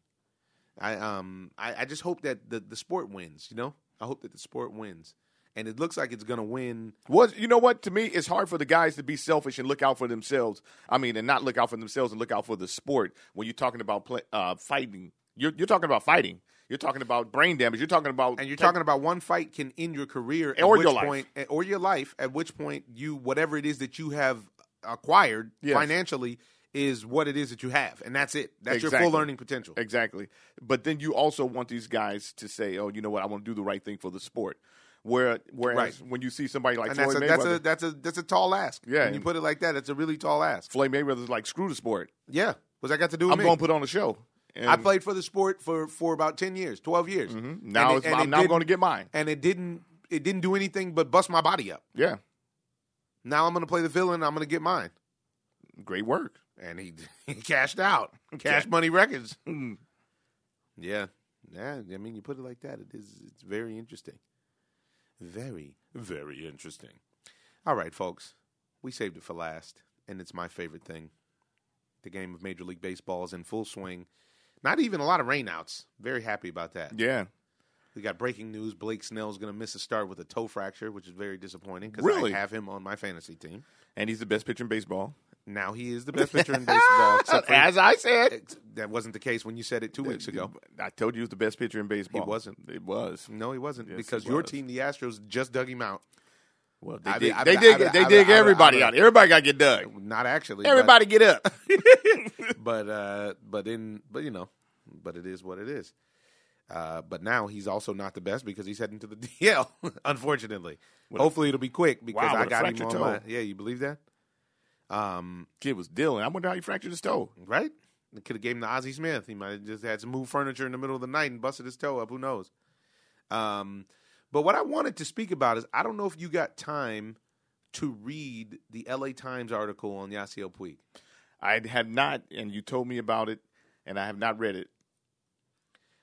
[SPEAKER 1] I um I, I just hope that the the sport wins. You know, I hope that the sport wins, and it looks like it's gonna win.
[SPEAKER 2] Was you know what? To me, it's hard for the guys to be selfish and look out for themselves. I mean, and not look out for themselves and look out for the sport when you're talking about play, uh, fighting. You're, you're talking about fighting. You're talking about brain damage. You're talking about
[SPEAKER 1] And you're talking about one fight can end your career at
[SPEAKER 2] Or
[SPEAKER 1] which
[SPEAKER 2] your life.
[SPEAKER 1] point, eh, or your life. At which point, you whatever it is that you have acquired
[SPEAKER 2] Yes.
[SPEAKER 1] financially is what it is that you have, and that's it. That's your
[SPEAKER 2] Exactly.
[SPEAKER 1] full earning potential.
[SPEAKER 2] Exactly. But then you also want these guys to say, "Oh, you know what? I want to do the right thing for the sport." Where whereas
[SPEAKER 1] Right.
[SPEAKER 2] when you see somebody like
[SPEAKER 1] and
[SPEAKER 2] Floyd
[SPEAKER 1] that's a,
[SPEAKER 2] Mayweather,
[SPEAKER 1] that's a that's a that's a tall ask.
[SPEAKER 2] Yeah.
[SPEAKER 1] when you put it like that, it's a really tall ask.
[SPEAKER 2] Floyd Mayweather's like, "Screw the sport.
[SPEAKER 1] Yeah, what's that got to do with
[SPEAKER 2] I'm
[SPEAKER 1] me?
[SPEAKER 2] going to put on a show." And hmm,
[SPEAKER 1] I played for the sport for for about ten years, twelve years.
[SPEAKER 2] Mm-hmm. now.
[SPEAKER 1] And it-
[SPEAKER 2] it's,
[SPEAKER 1] and
[SPEAKER 2] I'm
[SPEAKER 1] it
[SPEAKER 2] now
[SPEAKER 1] didn't-
[SPEAKER 2] going to get mine.
[SPEAKER 1] and it didn't it didn't do anything but bust my body up.
[SPEAKER 2] Yeah.
[SPEAKER 1] Now I'm going to play the villain. I'm going to get mine.
[SPEAKER 2] Great work.
[SPEAKER 1] And he, he cashed out. Cash Money Records.
[SPEAKER 2] Mm.
[SPEAKER 1] Yeah, yeah. I mean, you put it like that. It is. It's very interesting. Very very interesting. All right, folks. We saved it for last, and it's my favorite thing. The game of Major League Baseball is in full swing. Not even a lot of rainouts. Very happy about that.
[SPEAKER 2] Yeah.
[SPEAKER 1] We got breaking news. Blake Snell's going to miss a start with a toe fracture, which is very disappointing because
[SPEAKER 2] Really?
[SPEAKER 1] I have him on my fantasy team.
[SPEAKER 2] And he's the best pitcher in baseball.
[SPEAKER 1] Now he is the best pitcher in baseball. Except for,
[SPEAKER 2] As I said,
[SPEAKER 1] ex- that wasn't the case when you said it two weeks ago.
[SPEAKER 2] I told you he was the best pitcher in baseball.
[SPEAKER 1] He wasn't.
[SPEAKER 2] It was.
[SPEAKER 1] No, he wasn't
[SPEAKER 2] Yes,
[SPEAKER 1] because
[SPEAKER 2] he
[SPEAKER 1] your
[SPEAKER 2] was.
[SPEAKER 1] team, the Astros, just dug him out.
[SPEAKER 2] Well, they
[SPEAKER 1] I
[SPEAKER 2] dig,
[SPEAKER 1] mean, I
[SPEAKER 2] they
[SPEAKER 1] mean,
[SPEAKER 2] dig,
[SPEAKER 1] I mean,
[SPEAKER 2] they
[SPEAKER 1] I
[SPEAKER 2] dig
[SPEAKER 1] mean, I mean,
[SPEAKER 2] everybody
[SPEAKER 1] I mean-
[SPEAKER 2] out. Everybody got to get dug.
[SPEAKER 1] Not actually. but-
[SPEAKER 2] Everybody get up.
[SPEAKER 1] but uh, but in but you know, but it is what it is. Uh, but now he's also not the best because he's heading to the DL. Unfortunately, hopefully it'll be quick because
[SPEAKER 2] Wow,
[SPEAKER 1] I
[SPEAKER 2] with a
[SPEAKER 1] got him
[SPEAKER 2] fractured
[SPEAKER 1] on
[SPEAKER 2] toe.
[SPEAKER 1] my. Yeah, you believe that? Um,
[SPEAKER 2] Kid was dealing. I wonder how he fractured his toe.
[SPEAKER 1] right? They could have gave him to Ozzie Smith. He might have just had to move furniture in the middle of the night and busted his toe up. Who knows? Um, but what I wanted to speak about is I don't know if you got time to read the L.A. Times article on Yasiel Puig.
[SPEAKER 2] I have not, and you told me about it, and I have not read it.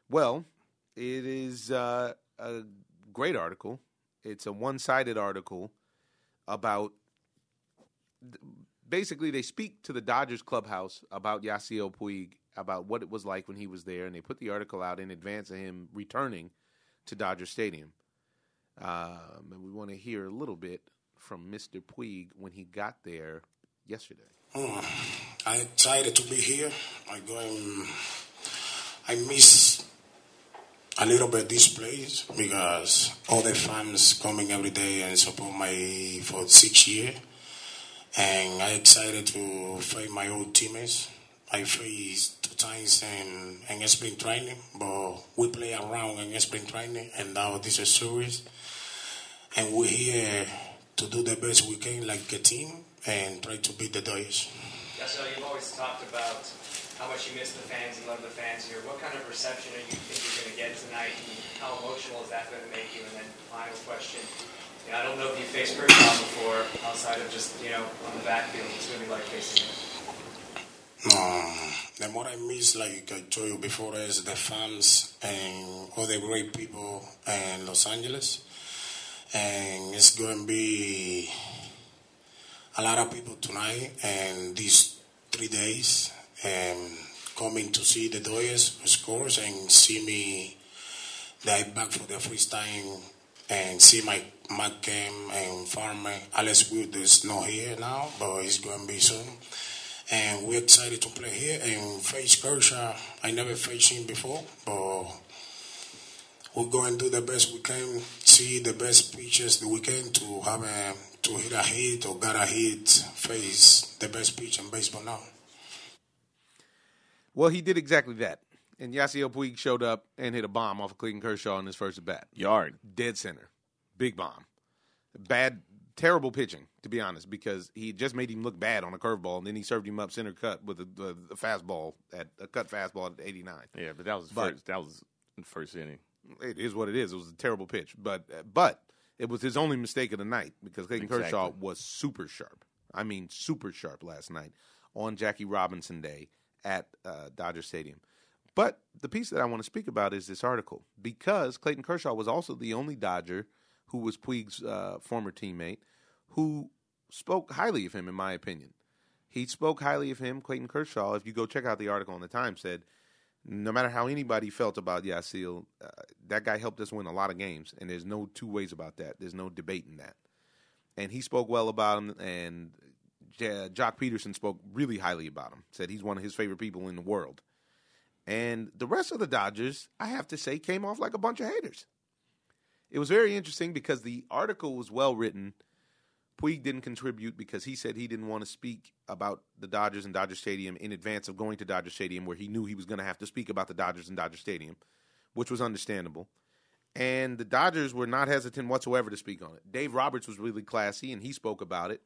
[SPEAKER 1] Well, it is uh, a great article. It's a one sided article about basically they speak to the Dodgers clubhouse about Yasiel Puig, about what it was like when he was there, and they put the article out in advance of him returning to Dodger Stadium. Um, and we want to hear a little bit from Mr. Puig when he got there yesterday.
[SPEAKER 3] I'm excited to be here. I go and I miss a little bit this place because all the fans coming every day and support my for six years. And I excited to fight my old teammates. I faced two times in, in spring training, but we play around in spring training and now this is series and we're here to do the best we can like a team and try to beat the Dodgers.
[SPEAKER 4] Yeah, so you've always talked about how much you miss the fans and love the fans here. What kind of reception are you think you're going to get tonight? And how emotional is that going to make you? And then final question. You know, I don't know if you faced Kershaw before outside of just, you know, on the backfield. It's going to be like facing him.
[SPEAKER 3] No, the more I miss, like I told you before, is the fans and all the great people in Los Angeles. And it's going to be a lot of people tonight and these three days um, coming to see the Doyers, of course, and see me dive back for the first time and see my Matt Game and Farmer. Alex Wood is not here now, but he's going to be soon. And we're excited to play here and face Kershaw. I never faced him before, but we're going to do the best we can, see the best pitches that we can to have a, to hit a hit or get a hit, face the best pitch in baseball now.
[SPEAKER 1] Well, he did exactly that. And Yasiel Puig showed up and hit a bomb off of Clayton Kershaw in his first at bat.
[SPEAKER 2] Yard.
[SPEAKER 1] Dead center. Big bomb. Bad, terrible pitching, to be honest, because he just made him look bad on a curveball, and then he served him up center cut with a, a, a fastball, at a cut fastball at 89.
[SPEAKER 2] Yeah, but that was
[SPEAKER 1] But-
[SPEAKER 2] first. That was the first inning.
[SPEAKER 1] It is what it is. It was a terrible pitch. But, but it was his only mistake of the night because Clayton
[SPEAKER 2] Exactly.
[SPEAKER 1] Kershaw was super sharp. I mean, super sharp last night on Jackie Robinson Day at uh, Dodger Stadium. But the piece that I want to speak about is this article because Clayton Kershaw was also the only Dodger who was Puig's uh, former teammate who spoke highly of him, in my opinion. He spoke highly of him, Clayton Kershaw. If you go check out the article in the Times, said no matter how anybody felt about Yasiel, uh, that guy helped us win a lot of games, and there's no two ways about that. There's no debating that and he spoke well about him. And J- Jock Peterson spoke really highly about him. Said he's one of his favorite people in the world. And the rest of the Dodgers, I have to say, came off like a bunch of haters. It was very interesting because the article was well written. Puig didn't contribute because he said he didn't want to speak about the Dodgers and Dodger Stadium in advance of going to Dodger Stadium, where he knew he was going to have to speak about the Dodgers and Dodger Stadium, which was understandable and the Dodgers were not hesitant whatsoever to speak on it. Dave Roberts was really classy, and he spoke about it.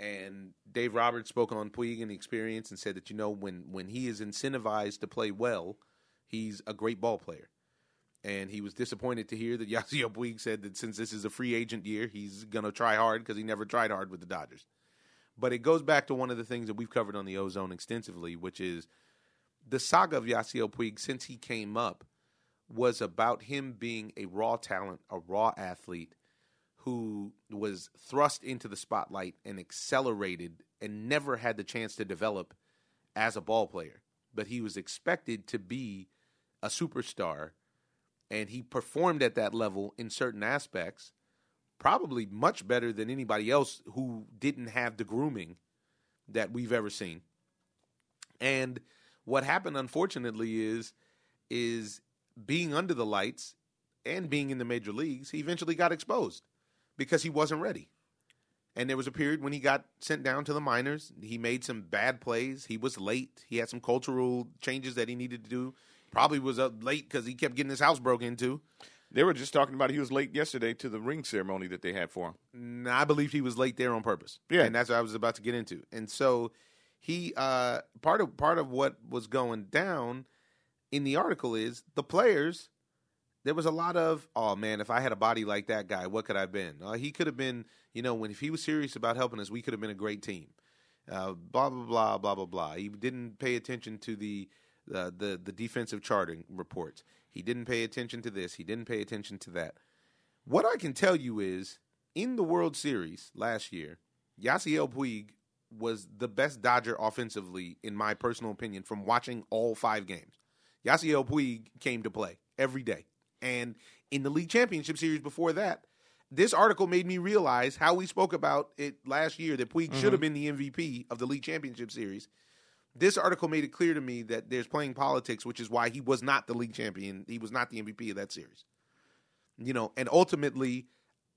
[SPEAKER 1] And Dave Roberts spoke on Puig and the experience, and said that you know when when he is incentivized to play well, he's a great ball player. And he was disappointed to hear that Yasiel Puig said that since this is a free agent year, he's gonna try hard because he never tried hard with the Dodgers. But it goes back to one of the things that we've covered on the Ozone extensively, which is the saga of Yasiel Puig since he came up was about him being a raw talent, a raw athlete who was thrust into the spotlight and accelerated and never had the chance to develop as a ball player. But he was expected to be a superstar and he performed at that level in certain aspects, probably much better than anybody else who didn't have the grooming that we've ever seen. And what happened unfortunately is is being under the lights and being in the major leagues, he eventually got exposed because he wasn't ready. And there was a period when he got sent down to the minors. He made some bad plays. He was late. He had some cultural changes that he needed to do. Probably was up late because he kept getting his house broken into.
[SPEAKER 2] They were just talking about he was late yesterday to the ring ceremony that they had for him.
[SPEAKER 1] And I believe he was late there on purpose.
[SPEAKER 2] Yeah.
[SPEAKER 1] and that's what I was about to get into. And so he uh, part of part of what was going down in the article is the players. There was a lot of oh man, if I had a body like that guy, what could I have been? Uh, he could have been, you know, when if he was serious about helping us, we could have been a great team. Uh, blah blah blah blah blah blah. He didn't pay attention to the uh, the the defensive charting reports. He didn't pay attention to this. He didn't pay attention to that. What I can tell you is in the World Series last year, Yasiel Puig was the best Dodger offensively, in my personal opinion, from watching all five games. Yasiel Puig came to play every day. And in the league championship series before that, this article made me realize how we spoke about it last year that Puig should have been the MVP of the league championship series. This article made it clear to me that there's playing politics, which is why he was not the league champion. He was not the MVP of that series you know, and ultimately,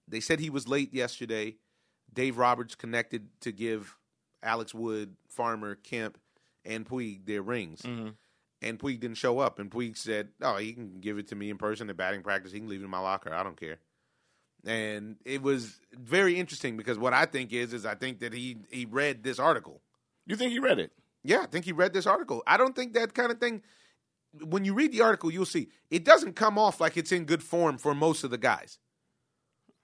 [SPEAKER 1] they said he was late yesterday. Dave Roberts connected to give Alex Wood, Farmer, Kemp, and Puig their rings.
[SPEAKER 2] Mm-hmm.
[SPEAKER 1] And Puig didn't show up. And Puig said, Oh, he can give it to me in person at batting practice. He can leave it in my locker. I don't care. And it was very interesting because what I think is, is I think that he, he read this article.
[SPEAKER 2] You think he read it?
[SPEAKER 1] Yeah, I think he read this article. I don't think that kind of thing. When you read the article, you'll see it doesn't come off like it's in good form for most of the guys.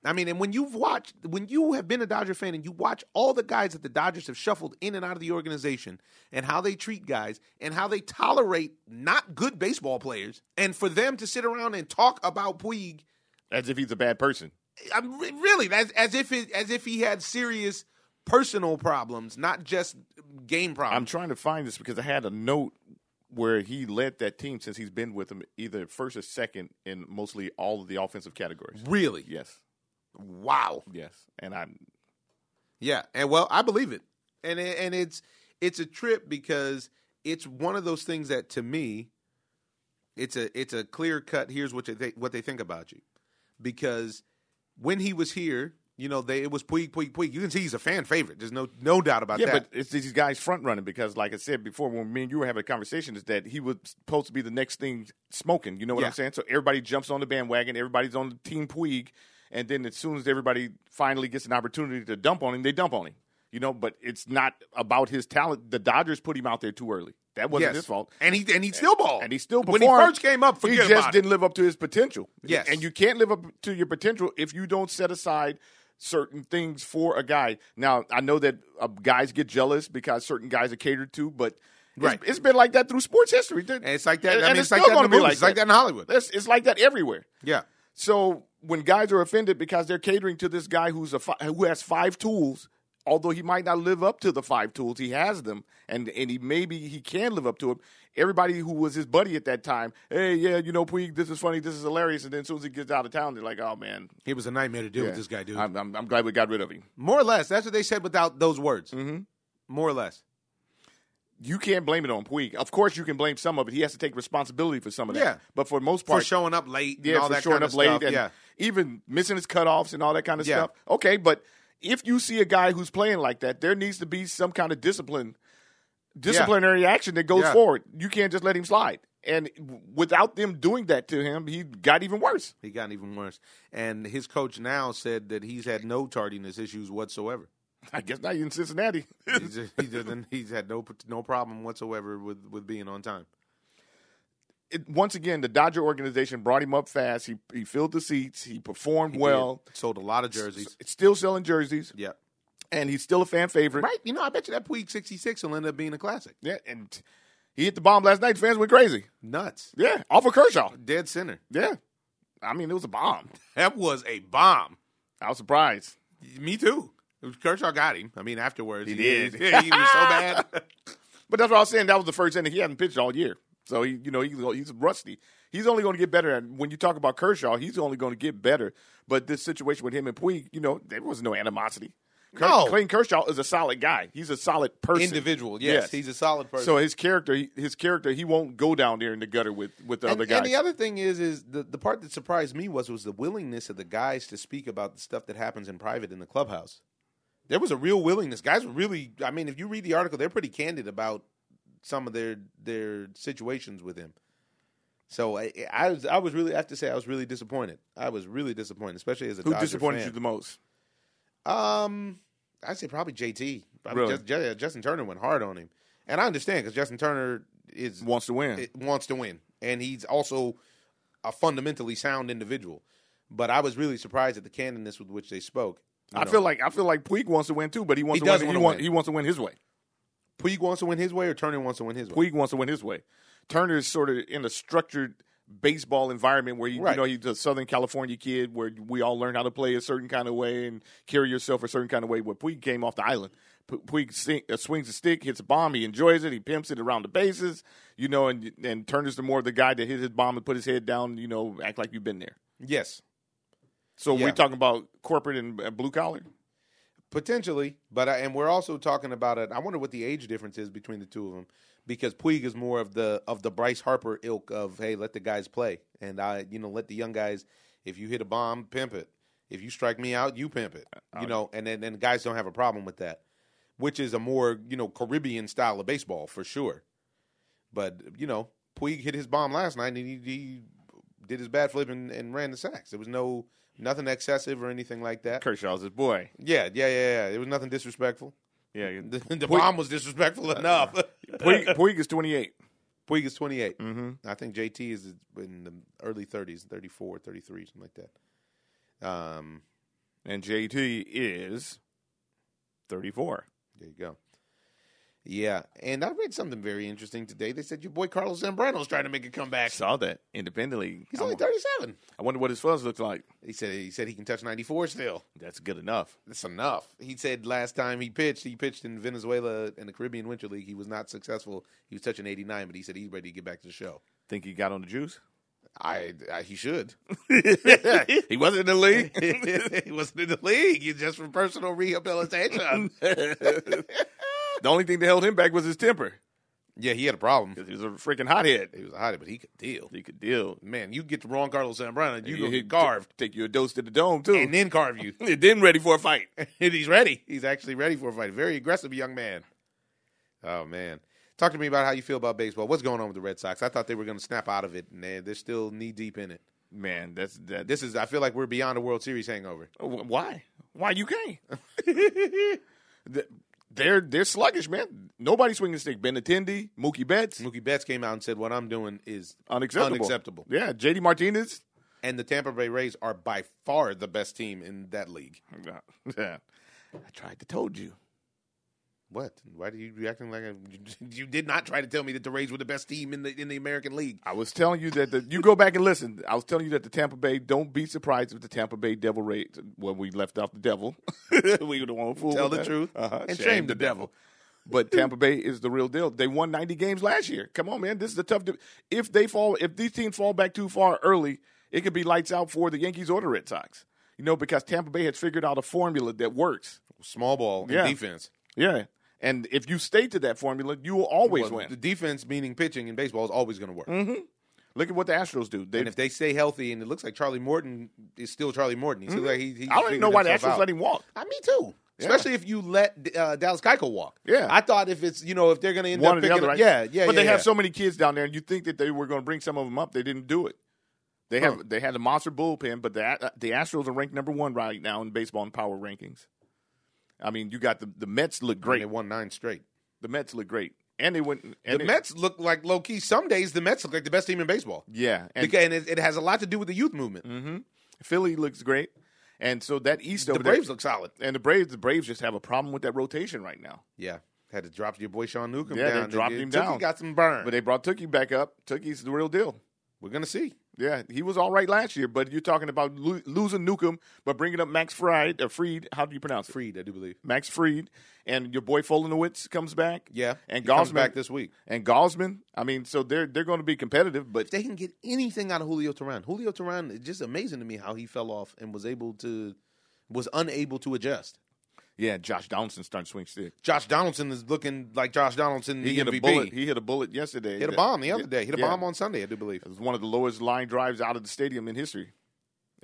[SPEAKER 1] I mean, and when you've watched, when you have been a Dodger fan and you watch all the guys that the Dodgers have shuffled in and out of the organization and how they treat guys and how they tolerate not good baseball players, and for them to sit around and talk about Puig,
[SPEAKER 2] As if he's a bad person.
[SPEAKER 1] I'm re- really as as if it, as if he had serious personal problems, not just game problems.
[SPEAKER 2] I'm trying to find this because I had a note where he led that team since he's been with them either first or second in mostly all of the offensive categories.
[SPEAKER 1] Really?
[SPEAKER 2] Yes,
[SPEAKER 1] Wow.
[SPEAKER 2] yes, and I'm
[SPEAKER 1] Yeah, and well, I believe it, and it, and it's it's a trip because it's one of those things that to me, it's a it's a clear cut. Here's what they what they think about you, because when he was here, you know, they it was Puig Puig Puig. You can see he's a fan favorite. There's no no doubt about
[SPEAKER 2] yeah,
[SPEAKER 1] that.
[SPEAKER 2] but it's these guys front running because, like I said before, when me and you were having a conversation, is that he was supposed to be the next thing smoking. You know what
[SPEAKER 1] Yeah.
[SPEAKER 2] I'm saying? So everybody jumps on the bandwagon. Everybody's on the team Puig, and then as soon as everybody finally gets an opportunity to dump on him, they dump on him. You know, but it's not about his talent. The Dodgers put him out there too early. That wasn't
[SPEAKER 1] Yes.
[SPEAKER 2] his fault.
[SPEAKER 1] and he and he still balled,
[SPEAKER 2] And he still
[SPEAKER 1] Oh. when
[SPEAKER 2] performed.
[SPEAKER 1] he first came up,
[SPEAKER 2] he
[SPEAKER 1] forget
[SPEAKER 2] just
[SPEAKER 1] about it.
[SPEAKER 2] didn't live up to his potential.
[SPEAKER 1] Yes.
[SPEAKER 2] and you can't live up to your potential if you don't set aside certain things for a guy. Now I know that uh, guys get jealous because certain guys are catered to, but it's-
[SPEAKER 1] Right.
[SPEAKER 2] it's been like that through sports history.
[SPEAKER 1] And it's like that. I
[SPEAKER 2] And,
[SPEAKER 1] mean,
[SPEAKER 2] and
[SPEAKER 1] it's,
[SPEAKER 2] it's,
[SPEAKER 1] like
[SPEAKER 2] still
[SPEAKER 1] that in
[SPEAKER 2] going
[SPEAKER 1] the
[SPEAKER 2] to be
[SPEAKER 1] movies.
[SPEAKER 2] like
[SPEAKER 1] it's like that in Hollywood.
[SPEAKER 2] It's, it's like that everywhere.
[SPEAKER 1] Yeah,
[SPEAKER 2] So when guys are offended because they're catering to this guy who's a fi- who has five tools, although he might not live up to the five tools, he has them, and and he maybe he can live up to them. Everybody who was his buddy at that time, hey, yeah, you know, Puig, this is funny, this is hilarious, and then as soon as he gets out of town, they're like, oh man,
[SPEAKER 1] he was a nightmare to deal
[SPEAKER 2] yeah,
[SPEAKER 1] with this guy, dude.
[SPEAKER 2] I'm, I'm I'm glad we got rid of him.
[SPEAKER 1] More or less, that's what they said without those words.
[SPEAKER 2] Mm-hmm.
[SPEAKER 1] More or less.
[SPEAKER 2] You can't blame it on Puig. Of course, you can blame some of it. He has to take responsibility for some of that.
[SPEAKER 1] Yeah.
[SPEAKER 2] But for the most
[SPEAKER 1] For
[SPEAKER 2] part,
[SPEAKER 1] showing up late
[SPEAKER 2] yeah,
[SPEAKER 1] and all
[SPEAKER 2] for
[SPEAKER 1] that
[SPEAKER 2] showing
[SPEAKER 1] kind
[SPEAKER 2] up
[SPEAKER 1] of
[SPEAKER 2] late
[SPEAKER 1] stuff.
[SPEAKER 2] and
[SPEAKER 1] yeah.
[SPEAKER 2] even missing his cutoffs and all that kind of
[SPEAKER 1] Yeah.
[SPEAKER 2] stuff. Okay, but if you see a guy who's playing like that, there needs to be some kind of discipline, disciplinary action that goes
[SPEAKER 1] Yeah.
[SPEAKER 2] forward. You can't just let him slide. And w- without them doing that to him, he got even worse.
[SPEAKER 1] He got even worse. And his coach now said that he's had no tardiness issues whatsoever.
[SPEAKER 2] I guess now you're in Cincinnati.
[SPEAKER 1] He's, he doesn't, he's had no no problem whatsoever with, with being on time.
[SPEAKER 2] It- once again, the Dodger organization brought him up fast. He he filled the seats. He performed well.
[SPEAKER 1] Yeah, sold a lot of jerseys.
[SPEAKER 2] It's still selling jerseys,
[SPEAKER 1] Yeah.
[SPEAKER 2] and he's still a fan favorite.
[SPEAKER 1] Right. You know, I bet you that Puig 66 will end up being a classic.
[SPEAKER 2] Yeah, and he hit the bomb last night. Fans went crazy.
[SPEAKER 1] Nuts.
[SPEAKER 2] Yeah, off of Kershaw.
[SPEAKER 1] Dead center.
[SPEAKER 2] Yeah. I mean, it was a bomb.
[SPEAKER 1] That was a bomb.
[SPEAKER 2] I was surprised.
[SPEAKER 1] Me too. Kershaw got him. I mean, afterwards.
[SPEAKER 2] He did.
[SPEAKER 1] Yeah, he was so bad.
[SPEAKER 2] But that's what I was saying. That was the first inning. He hadn't pitched all year. So, he, you know, he's, he's rusty. He's only going to get better. And when you talk about Kershaw, he's only going to get better. But this situation with him and Puig, you know, there was no animosity. Ker-
[SPEAKER 1] No.
[SPEAKER 2] Clayton Kershaw is a solid guy. He's a solid person.
[SPEAKER 1] Individual. Yes, He's a solid person.
[SPEAKER 2] So his character, his character, he won't go down there in the gutter with, with the
[SPEAKER 1] and,
[SPEAKER 2] other guys.
[SPEAKER 1] and the other thing is, is the, the part that surprised me was was the willingness of the guys to speak about the stuff that happens in private in the clubhouse. There was a real willingness. Guys were really. I mean, if you read the article, they're pretty candid about some of their their situations with him. So I, I was I was really I have to say I was really disappointed. I was really disappointed, especially as a
[SPEAKER 2] Who
[SPEAKER 1] Dodger
[SPEAKER 2] disappointed
[SPEAKER 1] fan.
[SPEAKER 2] you the most?
[SPEAKER 1] Um, I'd say probably JT. I mean,
[SPEAKER 2] Really?
[SPEAKER 1] Just- Ju- Justin Turner went hard on him, and I understand because Justin Turner is
[SPEAKER 2] Wants to win.
[SPEAKER 1] it wants to win, and he's also a fundamentally sound individual. But I was really surprised at the candidness with which they spoke. You
[SPEAKER 2] I
[SPEAKER 1] know,
[SPEAKER 2] feel like I feel like Puig wants to win too, but he wants to
[SPEAKER 1] He does
[SPEAKER 2] win.
[SPEAKER 1] wanna
[SPEAKER 2] he, want-
[SPEAKER 1] win.
[SPEAKER 2] he wants to win his way.
[SPEAKER 1] Puig wants to win his way, or Turner wants to win his way.
[SPEAKER 2] Puig wants to win his way. Turner is sort of in a structured baseball environment where you,
[SPEAKER 1] Right.
[SPEAKER 2] you know he's a Southern California kid where we all learn how to play a certain kind of way and carry yourself a certain kind of way. Where Puig came off the island, Pu- Puig sing, uh, swings a stick, hits a bomb, he enjoys it, he pimps it around the bases, you know, and and Turner's the more the guy that hit his bomb and put his head down, you know, act like you've been there.
[SPEAKER 1] Yes,
[SPEAKER 2] So
[SPEAKER 1] Yeah.
[SPEAKER 2] we're talking about corporate and, and blue collar.
[SPEAKER 1] potentially. But I, and we're also talking about it. I wonder what the age difference is between the two of them, because Puig is more of the of the Bryce Harper ilk of hey, let the guys play, and I you know let the young guys. If you hit a bomb, pimp it. If you strike me out, you pimp it. You know, and then and guys don't have a problem with that. which is a more you know Caribbean style of baseball for sure. But you know, Puig hit his bomb last night, and he, he did his bad flip and, and ran the sacks. There was no nothing excessive or anything like that.
[SPEAKER 2] Kershaw's his boy.
[SPEAKER 1] Yeah, yeah, yeah, yeah. It was nothing disrespectful.
[SPEAKER 2] Yeah, you-
[SPEAKER 1] The, the bomb was disrespectful enough.
[SPEAKER 2] Puig, Puig is 28.
[SPEAKER 1] Uh, Puig is 28. I think JT is in the early 30s, 34, 33, something like that. Um,
[SPEAKER 2] And JT is 34.
[SPEAKER 1] there you go. Yeah, and I read something very interesting today. They said your boy Carlos Zambrano's trying to make a
[SPEAKER 2] I
[SPEAKER 1] comeback.
[SPEAKER 2] saw that independently.
[SPEAKER 1] He's
[SPEAKER 2] I,
[SPEAKER 1] only
[SPEAKER 2] wo-
[SPEAKER 1] 37.
[SPEAKER 2] I wonder what his fuzz looks like.
[SPEAKER 1] He said he said he can touch 94 still.
[SPEAKER 2] That's good enough.
[SPEAKER 1] That's enough. He said last time he pitched, he pitched in Venezuela in the Caribbean Winter League. He was not successful. He was touching 89, but he said he's ready to get back to the show.
[SPEAKER 2] Think he got on the juice?
[SPEAKER 1] I, I he should.
[SPEAKER 2] he wasn't in the league.
[SPEAKER 1] he wasn't in the league. He's just for personal rehabilitation.
[SPEAKER 2] the only thing that held him back was his temper.
[SPEAKER 1] yeah, he had a problem.
[SPEAKER 2] 'Cause He was a freaking hothead.
[SPEAKER 1] He was a hottie, but he could deal.
[SPEAKER 2] He could deal.
[SPEAKER 1] Man, you get the wrong Carlos Zambrano, you
[SPEAKER 2] He-
[SPEAKER 1] gonna
[SPEAKER 2] he'd
[SPEAKER 1] get carved
[SPEAKER 2] t- take you a dose to the dome, too.
[SPEAKER 1] and then carve you.
[SPEAKER 2] And then ready for a fight.
[SPEAKER 1] and he's ready. He's actually ready for a fight. Very aggressive young man. Oh man, talk to me about how you feel about baseball. What's going on with the Red Sox? I thought they were going to snap out of it, and they're, they're still knee deep in it.
[SPEAKER 2] Man, that's that.
[SPEAKER 1] This is. I feel like we're beyond a World Series hangover.
[SPEAKER 2] Wh- Why? Why you can't? Th- they're they're sluggish, man. Nobody swinging the stick. Ben Attendee, Mookie Betts,
[SPEAKER 1] Mookie Betts came out and said, "What I'm doing is
[SPEAKER 2] unacceptable.
[SPEAKER 1] unacceptable."
[SPEAKER 2] Yeah, JD Martinez.
[SPEAKER 1] And the Tampa Bay Rays are by far the best team in that league.
[SPEAKER 2] Yeah. I tried to told you.
[SPEAKER 1] What? Why do you you acting like I, you did not try to tell me that the Rays were the best team in the in the American League?
[SPEAKER 2] I was telling you that the, you go back and listen. I was telling you that the Tampa Bay. Don't be surprised if the Tampa Bay Devil Rays. Well, we left off the devil. we were the one fool.
[SPEAKER 1] Tell
[SPEAKER 2] with
[SPEAKER 1] the
[SPEAKER 2] that.
[SPEAKER 1] truth
[SPEAKER 2] Uh-huh.
[SPEAKER 1] and shame the devil.
[SPEAKER 2] But Tampa Bay is the real deal. They won 90 games last year. Come on, man. This is a tough. Di- if they fall, if these teams fall back too far early, it could be lights out for the Yankees or the Red Sox. You know, because Tampa Bay has figured out a formula that works.
[SPEAKER 1] Small ball and
[SPEAKER 2] Yeah.
[SPEAKER 1] defense.
[SPEAKER 2] Yeah, and if you stay to that formula, you will always
[SPEAKER 1] Well,
[SPEAKER 2] win. Mm-hmm.
[SPEAKER 1] The defense, meaning pitching in baseball, is always going to work.
[SPEAKER 2] Look at what the Astros do. They,
[SPEAKER 1] And if they stay healthy, and it looks like Charlie Morton is still Charlie Morton, he like he, he
[SPEAKER 2] Mm-hmm. I don't even know why the Astros let him walk.
[SPEAKER 1] I me too. Especially if you let uh, Dallas Keuchel walk.
[SPEAKER 2] Yeah.
[SPEAKER 1] I thought if it's you know if they're going to end
[SPEAKER 2] one
[SPEAKER 1] up
[SPEAKER 2] or the
[SPEAKER 1] picking
[SPEAKER 2] other, right?
[SPEAKER 1] up, yeah, yeah.
[SPEAKER 2] But
[SPEAKER 1] yeah,
[SPEAKER 2] they
[SPEAKER 1] yeah.
[SPEAKER 2] have so many kids down there, and you think that they were going to bring some of them up. They didn't do it. They have they had a monster bullpen, but the A- the Astros are ranked number one right now in baseball and power rankings. I mean, you got the the Mets look
[SPEAKER 1] And
[SPEAKER 2] great.
[SPEAKER 1] They won nine straight.
[SPEAKER 2] the Mets look great, and they went. And
[SPEAKER 1] the
[SPEAKER 2] it-
[SPEAKER 1] Mets look like low key. Some days the Mets look like the best team in baseball.
[SPEAKER 2] yeah, and
[SPEAKER 1] Because- and it, it has a lot to do with the youth movement.
[SPEAKER 2] Philly looks great, and so that East
[SPEAKER 1] The
[SPEAKER 2] over
[SPEAKER 1] Braves
[SPEAKER 2] there,
[SPEAKER 1] look solid.
[SPEAKER 2] and the Braves, the Braves just have a problem with that rotation right now.
[SPEAKER 1] Yeah, had to drop your boy Sean Newcomb
[SPEAKER 2] Yeah,
[SPEAKER 1] down.
[SPEAKER 2] they dropped
[SPEAKER 1] It- it
[SPEAKER 2] him
[SPEAKER 1] took- he
[SPEAKER 2] down.
[SPEAKER 1] got some burn.
[SPEAKER 2] But they brought Tookie back up. Tookie's the real deal.
[SPEAKER 1] We're gonna see.
[SPEAKER 2] Yeah, he was all right last year, but you're talking about lo- losing Newcomb, but bringing up Max Fried, or Freed, how do you pronounce it?
[SPEAKER 1] Freed, I do believe.
[SPEAKER 2] Max Freed, and your boy Folinowitz comes back.
[SPEAKER 1] Yeah,
[SPEAKER 2] and
[SPEAKER 1] he comes
[SPEAKER 2] Gosman
[SPEAKER 1] back this week.
[SPEAKER 2] And Gosman, I mean, so they're they're going to be competitive, but
[SPEAKER 1] If they can get anything out of Julio Tehran, Julio Tehran, it's just amazing to me how he fell off and was able to, was unable to adjust.
[SPEAKER 2] yeah, Josh Donaldson starting to swing stick.
[SPEAKER 1] Josh Donaldson is looking like Josh Donaldson, the
[SPEAKER 2] He hit
[SPEAKER 1] MVP.
[SPEAKER 2] a bullet. He hit a bullet yesterday.
[SPEAKER 1] hit a bomb the other day. Hit a
[SPEAKER 2] Yeah.
[SPEAKER 1] bomb on Sunday, I do believe.
[SPEAKER 2] It was one of the lowest line drives out of the stadium in history.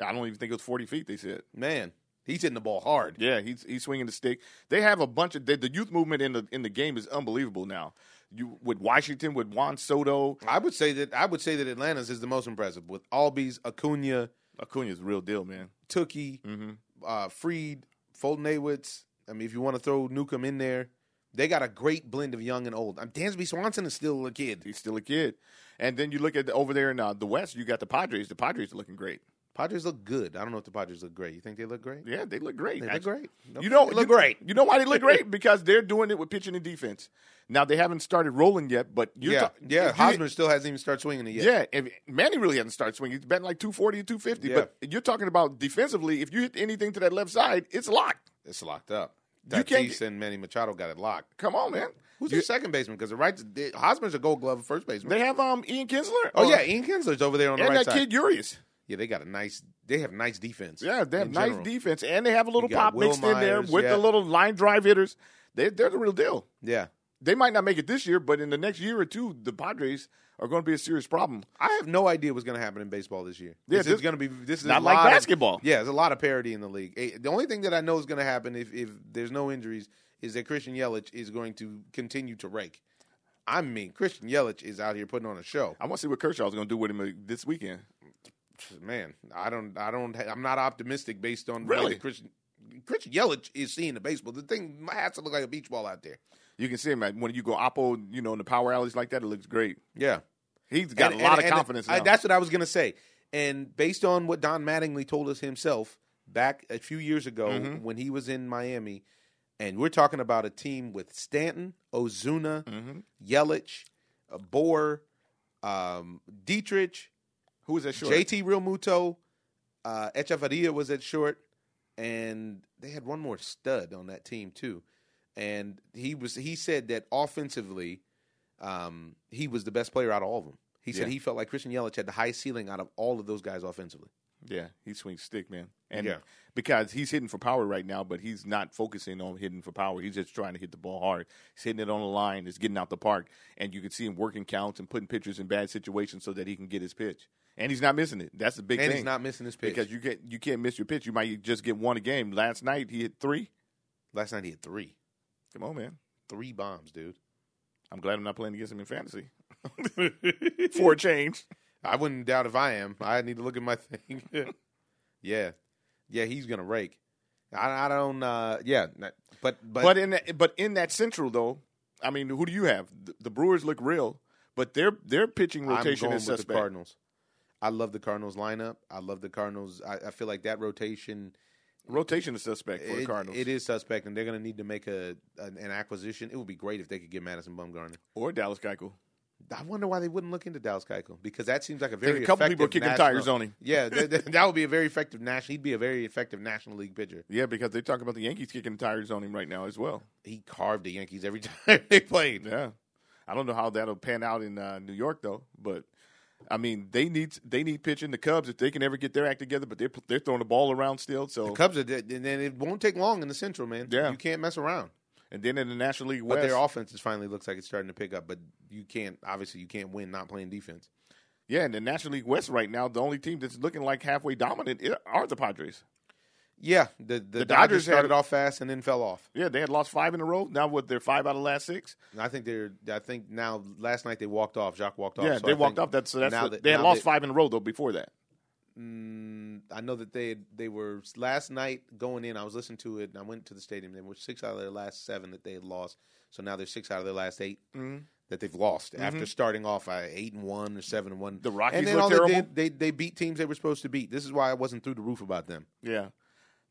[SPEAKER 2] I don't even think it was 40 feet. They said.
[SPEAKER 1] Man, he's hitting the ball hard.
[SPEAKER 2] Yeah, he's he's swinging the stick. They have a bunch of the, the youth movement in the in the game is unbelievable now. You with Washington with Juan Soto,
[SPEAKER 1] I would say that I would say that Atlanta's is the most impressive with Albies, Acuna,
[SPEAKER 2] Acuna's the real deal, man.
[SPEAKER 1] Tookie,
[SPEAKER 2] Mm-hmm.
[SPEAKER 1] uh, Freed, Fulton Awitz. I mean, if you want to throw Newcomb in there, they got a great blend of young and old. Um, Dansby Swanson is still a kid.
[SPEAKER 2] He's still a kid. And then you look at the, over there in uh, the West, you got the Padres. The Padres are looking great.
[SPEAKER 1] Padres look good. I don't know if the Padres look great. You think they look great?
[SPEAKER 2] Yeah, they look great.
[SPEAKER 1] They
[SPEAKER 2] actually.
[SPEAKER 1] look great.
[SPEAKER 2] You know,
[SPEAKER 1] They look
[SPEAKER 2] you-
[SPEAKER 1] great.
[SPEAKER 2] You know why they look great? Because they're doing it with pitching and defense. Now they haven't started rolling yet, but you're
[SPEAKER 1] yeah,
[SPEAKER 2] ta-
[SPEAKER 1] yeah.
[SPEAKER 2] you-
[SPEAKER 1] Hosmer still hasn't even started swinging it yet.
[SPEAKER 2] Yeah, if Manny really hasn't started swinging. He's batting like 240 and 250.
[SPEAKER 1] Yeah.
[SPEAKER 2] But you're talking about defensively, if you hit anything to that left side, it's locked.
[SPEAKER 1] It's locked up.
[SPEAKER 2] You can't
[SPEAKER 1] Tatis
[SPEAKER 2] get-
[SPEAKER 1] and Manny Machado got it locked.
[SPEAKER 2] Come on, man.
[SPEAKER 1] Who's
[SPEAKER 2] You-
[SPEAKER 1] your second baseman? Because the right, the- Hosmer's a Gold Glove first baseman.
[SPEAKER 2] They have um Ian Kinsler.
[SPEAKER 1] oh yeah, Ian Kinsler's over there on the
[SPEAKER 2] and
[SPEAKER 1] right
[SPEAKER 2] that
[SPEAKER 1] side.
[SPEAKER 2] kid Urias.
[SPEAKER 1] yeah, they got a nice. They have nice defense.
[SPEAKER 2] Yeah, they have
[SPEAKER 1] in
[SPEAKER 2] nice
[SPEAKER 1] general.
[SPEAKER 2] defense, and they have a little
[SPEAKER 1] You got
[SPEAKER 2] pop
[SPEAKER 1] Will
[SPEAKER 2] mixed in there
[SPEAKER 1] Myers,
[SPEAKER 2] with
[SPEAKER 1] yeah.
[SPEAKER 2] the little line drive hitters. They, they're the real deal.
[SPEAKER 1] Yeah,
[SPEAKER 2] They might not make it this year, but in the next year or two, the Padres are going to be a serious problem.
[SPEAKER 1] I have no idea what's going to happen in baseball this year.
[SPEAKER 2] Yeah,
[SPEAKER 1] this, is
[SPEAKER 2] this-
[SPEAKER 1] going to be this is
[SPEAKER 2] not
[SPEAKER 1] a
[SPEAKER 2] like
[SPEAKER 1] lot of-
[SPEAKER 2] basketball.
[SPEAKER 1] yeah, there's a lot of parity in the league. Eh, The only thing that I know is going to happen if, if there's no injuries is that Christian Yelich is going to continue to rake. I mean, Christian Yelich is out here putting on a show.
[SPEAKER 2] I want to see what Kershaw's going to do with him uh, this weekend.
[SPEAKER 1] Man, I don't, I don't, I'm not optimistic based on
[SPEAKER 2] Really?
[SPEAKER 1] Christian Christian Yelich is seeing the baseball. The thing has to look like a beach ball out there.
[SPEAKER 2] You can see him like, when you go oppo, you know, in the power alleys like that. It looks great.
[SPEAKER 1] Yeah,
[SPEAKER 2] He's got
[SPEAKER 1] And-
[SPEAKER 2] a lot
[SPEAKER 1] and-
[SPEAKER 2] of
[SPEAKER 1] and
[SPEAKER 2] confidence.
[SPEAKER 1] I-
[SPEAKER 2] now.
[SPEAKER 1] that's what I was gonna say. And based on what Don Mattingly told us himself back a few years ago
[SPEAKER 2] Mhm.
[SPEAKER 1] when he was in Miami, and we're talking about a team with Stanton, Ozuna,
[SPEAKER 2] Mhm.
[SPEAKER 1] Yelich, uh, Boer, um, Dietrich,
[SPEAKER 2] Who is that short?
[SPEAKER 1] JT Real Muto, uh, Echevarria was at short, and they had one more stud on that team too. And he was he said that offensively, um, he was the best player out of all of them. He said
[SPEAKER 2] Yeah.
[SPEAKER 1] he felt like Christian Yelich had the highest ceiling out of all of those guys offensively.
[SPEAKER 2] Yeah, he swings stick, man. And
[SPEAKER 1] Yeah.
[SPEAKER 2] because he's hitting for power right now, but he's not focusing on hitting for power. He's just trying to hit the ball hard. He's hitting it on the line. It's getting out the park, and you can see him working counts and putting pitchers in bad situations so that he can get his pitch. And he's not missing it. That's the big
[SPEAKER 1] and
[SPEAKER 2] thing.
[SPEAKER 1] he's not missing his pitch.
[SPEAKER 2] because you can't you can't miss your pitch. You might just get one a game. Last night he hit three.
[SPEAKER 1] Last night he had three,
[SPEAKER 2] Come on, man.
[SPEAKER 1] three bombs, dude.
[SPEAKER 2] I'm glad I'm not playing against him in fantasy. for a change.
[SPEAKER 1] I wouldn't doubt if I am. I need to look at my thing. yeah, yeah, he's gonna rake. I, I don't. Uh, yeah, not- but but,
[SPEAKER 2] But, in that, but in that central though, I mean, who do you have? The, the Brewers look real, but their their pitching rotation
[SPEAKER 1] I'm going
[SPEAKER 2] is
[SPEAKER 1] with the
[SPEAKER 2] suspect.
[SPEAKER 1] Cardinals. I love the Cardinals lineup. I love the Cardinals. I, I feel like that rotation
[SPEAKER 2] Rotation is suspect for
[SPEAKER 1] it-
[SPEAKER 2] the Cardinals.
[SPEAKER 1] it is suspect, and they're going to need to make a an, an acquisition. It would be great if they could get Madison Bumgarner.
[SPEAKER 2] or Dallas Keuchel.
[SPEAKER 1] I wonder why they wouldn't look into Dallas Keuchel because that seems like a
[SPEAKER 2] There's
[SPEAKER 1] very
[SPEAKER 2] a couple people
[SPEAKER 1] effective
[SPEAKER 2] kicking
[SPEAKER 1] national-
[SPEAKER 2] tires on him.
[SPEAKER 1] Yeah, th- th- that would be a very effective national. He'd be a very effective National League pitcher.
[SPEAKER 2] Yeah, because they're talking about the Yankees kicking tires on him right now as well.
[SPEAKER 1] He carved the Yankees every time they played.
[SPEAKER 2] Yeah, I don't know how that'll pan out in uh, New York though, but I mean they need they need pitching. The Cubs if they can ever get their act together, but they're they're throwing the ball around still.
[SPEAKER 1] The
[SPEAKER 2] So
[SPEAKER 1] Cubs are, dead, and then it won't take long in the Central, man.
[SPEAKER 2] Yeah.
[SPEAKER 1] you can't mess around.
[SPEAKER 2] and then in the National League
[SPEAKER 1] But
[SPEAKER 2] West,
[SPEAKER 1] their offense is finally looks like it's starting to pick up. But you can't obviously you can't win not playing defense.
[SPEAKER 2] yeah, in the National League West right now, the only team that's looking like halfway dominant i- are the Padres.
[SPEAKER 1] Yeah, the the, Dodgers,
[SPEAKER 2] The Dodgers had-
[SPEAKER 1] started off fast and then fell off.
[SPEAKER 2] Yeah, they had lost five in a row. Now what? They're five out of the last six.
[SPEAKER 1] And I think they're I think now last night they walked off. Jacques walked off.
[SPEAKER 2] yeah,
[SPEAKER 1] so
[SPEAKER 2] they
[SPEAKER 1] I
[SPEAKER 2] walked
[SPEAKER 1] think
[SPEAKER 2] off. That's so that's
[SPEAKER 1] now
[SPEAKER 2] the-
[SPEAKER 1] that-
[SPEAKER 2] they had
[SPEAKER 1] now
[SPEAKER 2] lost
[SPEAKER 1] that-
[SPEAKER 2] five in a row though. Before that,
[SPEAKER 1] Mm, I know that they they were last night going in. I was listening to it and I went to the stadium. They were six out of their last seven that they had lost. So now they're six out of their last eight
[SPEAKER 2] Mhm.
[SPEAKER 1] that they've lost after starting off uh, eight and one or seven and one.
[SPEAKER 2] The Rockies
[SPEAKER 1] and then
[SPEAKER 2] look
[SPEAKER 1] all
[SPEAKER 2] terrible.
[SPEAKER 1] They, did, they they beat teams they were supposed to beat. This is why I wasn't through the roof about them.
[SPEAKER 2] yeah,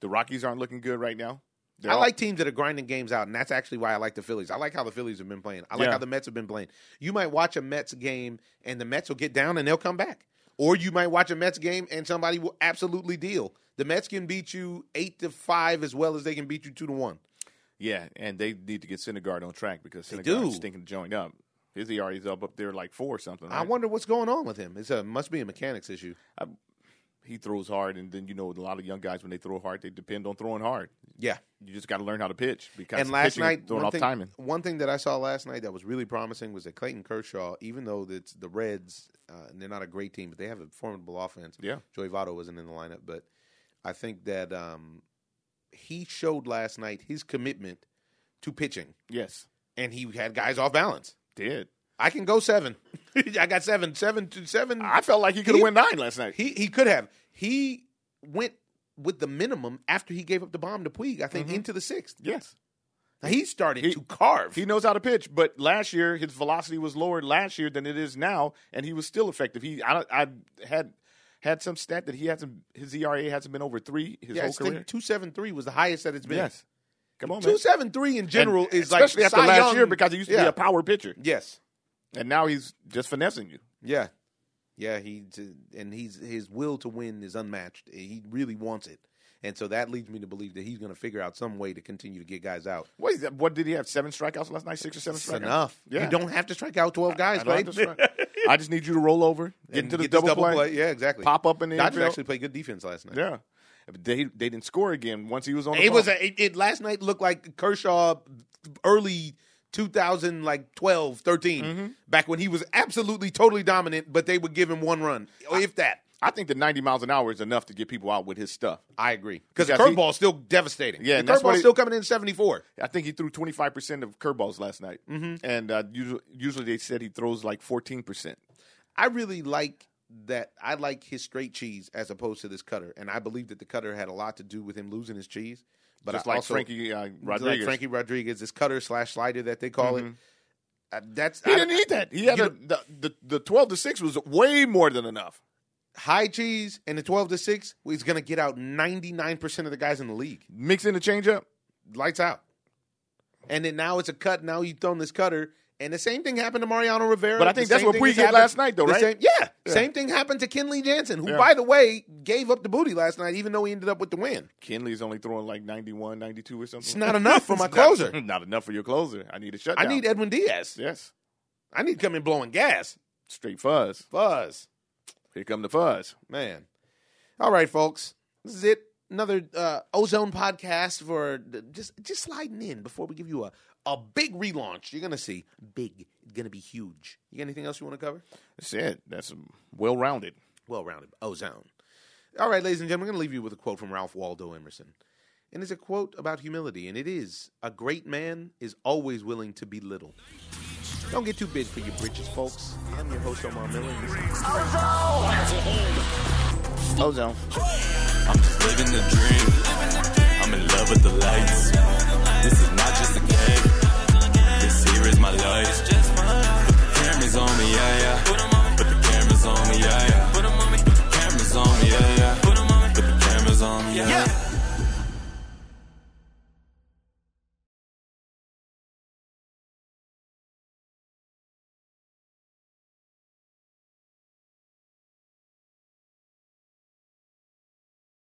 [SPEAKER 2] the Rockies aren't looking good right now. They're
[SPEAKER 1] I
[SPEAKER 2] all-
[SPEAKER 1] like teams that are grinding games out, and that's actually why I like the Phillies. I like how the Phillies have been playing. I like
[SPEAKER 2] Yeah.
[SPEAKER 1] how the Mets have been playing. You might watch a Mets game, and the Mets will get down, and they'll come back. Or you might watch a Mets game, and somebody will absolutely deal. The Mets can beat you eight to five as well as they can beat you two to one.
[SPEAKER 2] Yeah, and they need to get Syndergaard on track because
[SPEAKER 1] They
[SPEAKER 2] Syndergaard's
[SPEAKER 1] do.
[SPEAKER 2] stinking joint up. His E ERA's up up there like four or something.
[SPEAKER 1] I
[SPEAKER 2] right?
[SPEAKER 1] wonder what's going on with him. It's a must be a mechanics issue.
[SPEAKER 2] he throws hard, and then you know a lot of young guys when they throw hard, they depend on throwing hard.
[SPEAKER 1] Yeah.
[SPEAKER 2] You just got to learn how to pitch because
[SPEAKER 1] And last
[SPEAKER 2] pitching is
[SPEAKER 1] night,
[SPEAKER 2] throwing
[SPEAKER 1] one
[SPEAKER 2] off
[SPEAKER 1] thing,
[SPEAKER 2] timing.
[SPEAKER 1] one thing that I saw last night that was really promising was that Clayton Kershaw, even though it's the Reds, uh, and they're not a great team, but they have a formidable offense.
[SPEAKER 2] Yeah,
[SPEAKER 1] Joey Votto wasn't in the lineup, but I think that um, he showed last night his commitment to pitching,
[SPEAKER 2] yes,
[SPEAKER 1] and he had guys off balance.
[SPEAKER 2] did.
[SPEAKER 1] I can go seven. I got seven, seven to seven.
[SPEAKER 2] I felt like he could have
[SPEAKER 1] He-
[SPEAKER 2] won nine last night.
[SPEAKER 1] he he could have. He went with the minimum after he gave up the bomb to Puig. I think into the sixth.
[SPEAKER 2] yes,
[SPEAKER 1] Now, he started
[SPEAKER 2] Mm-hmm. He-
[SPEAKER 1] to carve.
[SPEAKER 2] he knows how to pitch, but last year his velocity was lower last year than it is now, and he was still effective. He I, I had had some stat that he hasn't his ERA hasn't been over three his
[SPEAKER 1] yeah, I
[SPEAKER 2] whole
[SPEAKER 1] think
[SPEAKER 2] career.
[SPEAKER 1] two seven three was the highest that it's been.
[SPEAKER 2] Yes, come on, man.
[SPEAKER 1] Two seven three in general
[SPEAKER 2] And
[SPEAKER 1] is like
[SPEAKER 2] especially after
[SPEAKER 1] Cy
[SPEAKER 2] last
[SPEAKER 1] Young-
[SPEAKER 2] year because he used to
[SPEAKER 1] Yeah.
[SPEAKER 2] be a power pitcher,
[SPEAKER 1] yes.
[SPEAKER 2] and now he's just finessing you.
[SPEAKER 1] Yeah, yeah. He t- and he's his will to win is unmatched. He really wants it, and so that leads me to believe that he's going to figure out some way to continue to get guys out.
[SPEAKER 2] What, is that, what did he have? Seven strikeouts last night, six or seven
[SPEAKER 1] It's
[SPEAKER 2] strikeouts.
[SPEAKER 1] enough.
[SPEAKER 2] Yeah.
[SPEAKER 1] You don't have to strike out twelve guys,
[SPEAKER 2] I, don't
[SPEAKER 1] right?
[SPEAKER 2] have to strike. I just need you to roll over, get into the double, play,
[SPEAKER 1] Yeah, exactly.
[SPEAKER 2] pop up in the
[SPEAKER 1] Dodgers
[SPEAKER 2] infield.
[SPEAKER 1] actually played good defense last night.
[SPEAKER 2] Yeah, But they they didn't score again once he was on. The
[SPEAKER 1] It was
[SPEAKER 2] ball.
[SPEAKER 1] a, it, it last night looked like Kershaw early 2000 like 12 13
[SPEAKER 2] Mm-hmm.
[SPEAKER 1] back when he was absolutely totally dominant but they would give him one run if that.
[SPEAKER 2] I think the ninety miles an hour is enough to get people out with his stuff.
[SPEAKER 1] I agree because the
[SPEAKER 2] Because he-
[SPEAKER 1] curveball's still devastating.
[SPEAKER 2] Yeah,
[SPEAKER 1] the
[SPEAKER 2] and that's what
[SPEAKER 1] curveball's
[SPEAKER 2] he-
[SPEAKER 1] still coming in seventy four.
[SPEAKER 2] I think he threw twenty five percent of curveballs last night, mm-hmm. and uh, usually, usually they said he throws like fourteen percent.
[SPEAKER 1] I really like that. I like his straight cheese as opposed to this cutter, and I believe that the cutter had a lot to do with him losing his cheese. But
[SPEAKER 2] just
[SPEAKER 1] I
[SPEAKER 2] like
[SPEAKER 1] also,
[SPEAKER 2] Frankie uh,
[SPEAKER 1] like
[SPEAKER 2] Rodriguez. Mm-hmm.
[SPEAKER 1] Frankie Rodriguez, this cutter slash slider that they call it. Uh, that's
[SPEAKER 2] he
[SPEAKER 1] I-
[SPEAKER 2] didn't need that. He had
[SPEAKER 1] You
[SPEAKER 2] a, the, the the twelve to six was way more than enough.
[SPEAKER 1] high cheese and the twelve to six. He's gonna get out ninety nine percent of the guys in the league.
[SPEAKER 2] Mix in the changeup.
[SPEAKER 1] Lights out. And then now it's a cut. Now you've thrown this cutter. And the same thing happened to Mariano Rivera.
[SPEAKER 2] But I think
[SPEAKER 1] The
[SPEAKER 2] that's
[SPEAKER 1] same
[SPEAKER 2] what
[SPEAKER 1] thing
[SPEAKER 2] Puig
[SPEAKER 1] has
[SPEAKER 2] did
[SPEAKER 1] happened-
[SPEAKER 2] last night, though,
[SPEAKER 1] the
[SPEAKER 2] right?
[SPEAKER 1] same- yeah,
[SPEAKER 2] Yeah.
[SPEAKER 1] Same thing happened to Kenley Jansen, who,
[SPEAKER 2] Yeah.
[SPEAKER 1] by the way, gave up the booty last night, even though he ended up with the win.
[SPEAKER 2] Kenley's only throwing like 91, 92 or something.
[SPEAKER 1] It's not enough for my
[SPEAKER 2] It's not-
[SPEAKER 1] closer.
[SPEAKER 2] Not enough for your closer. I need a shutdown.
[SPEAKER 1] I need Edwin Diaz.
[SPEAKER 2] yes,
[SPEAKER 1] I need to come in blowing gas.
[SPEAKER 2] straight fuzz.
[SPEAKER 1] Fuzz.
[SPEAKER 2] Here come the fuzz.
[SPEAKER 1] Man. All right, folks. This is it. Another uh, ozone podcast for just just sliding in before we give you a, a big relaunch. You're gonna see big. It's gonna be huge. You got anything else you want to cover?
[SPEAKER 2] That's it. That's well rounded.
[SPEAKER 1] well rounded ozone. All right, ladies and gentlemen, I'm going to leave you with a quote from Ralph Waldo Emerson. And it's a quote about humility, and it is a great man is always willing to be little. Don't get too big for your britches, folks. I'm your host, Omar Miller. and this is-
[SPEAKER 2] Ozone.
[SPEAKER 5] I'm just living the dream. I'm in love with the lights. This is not just a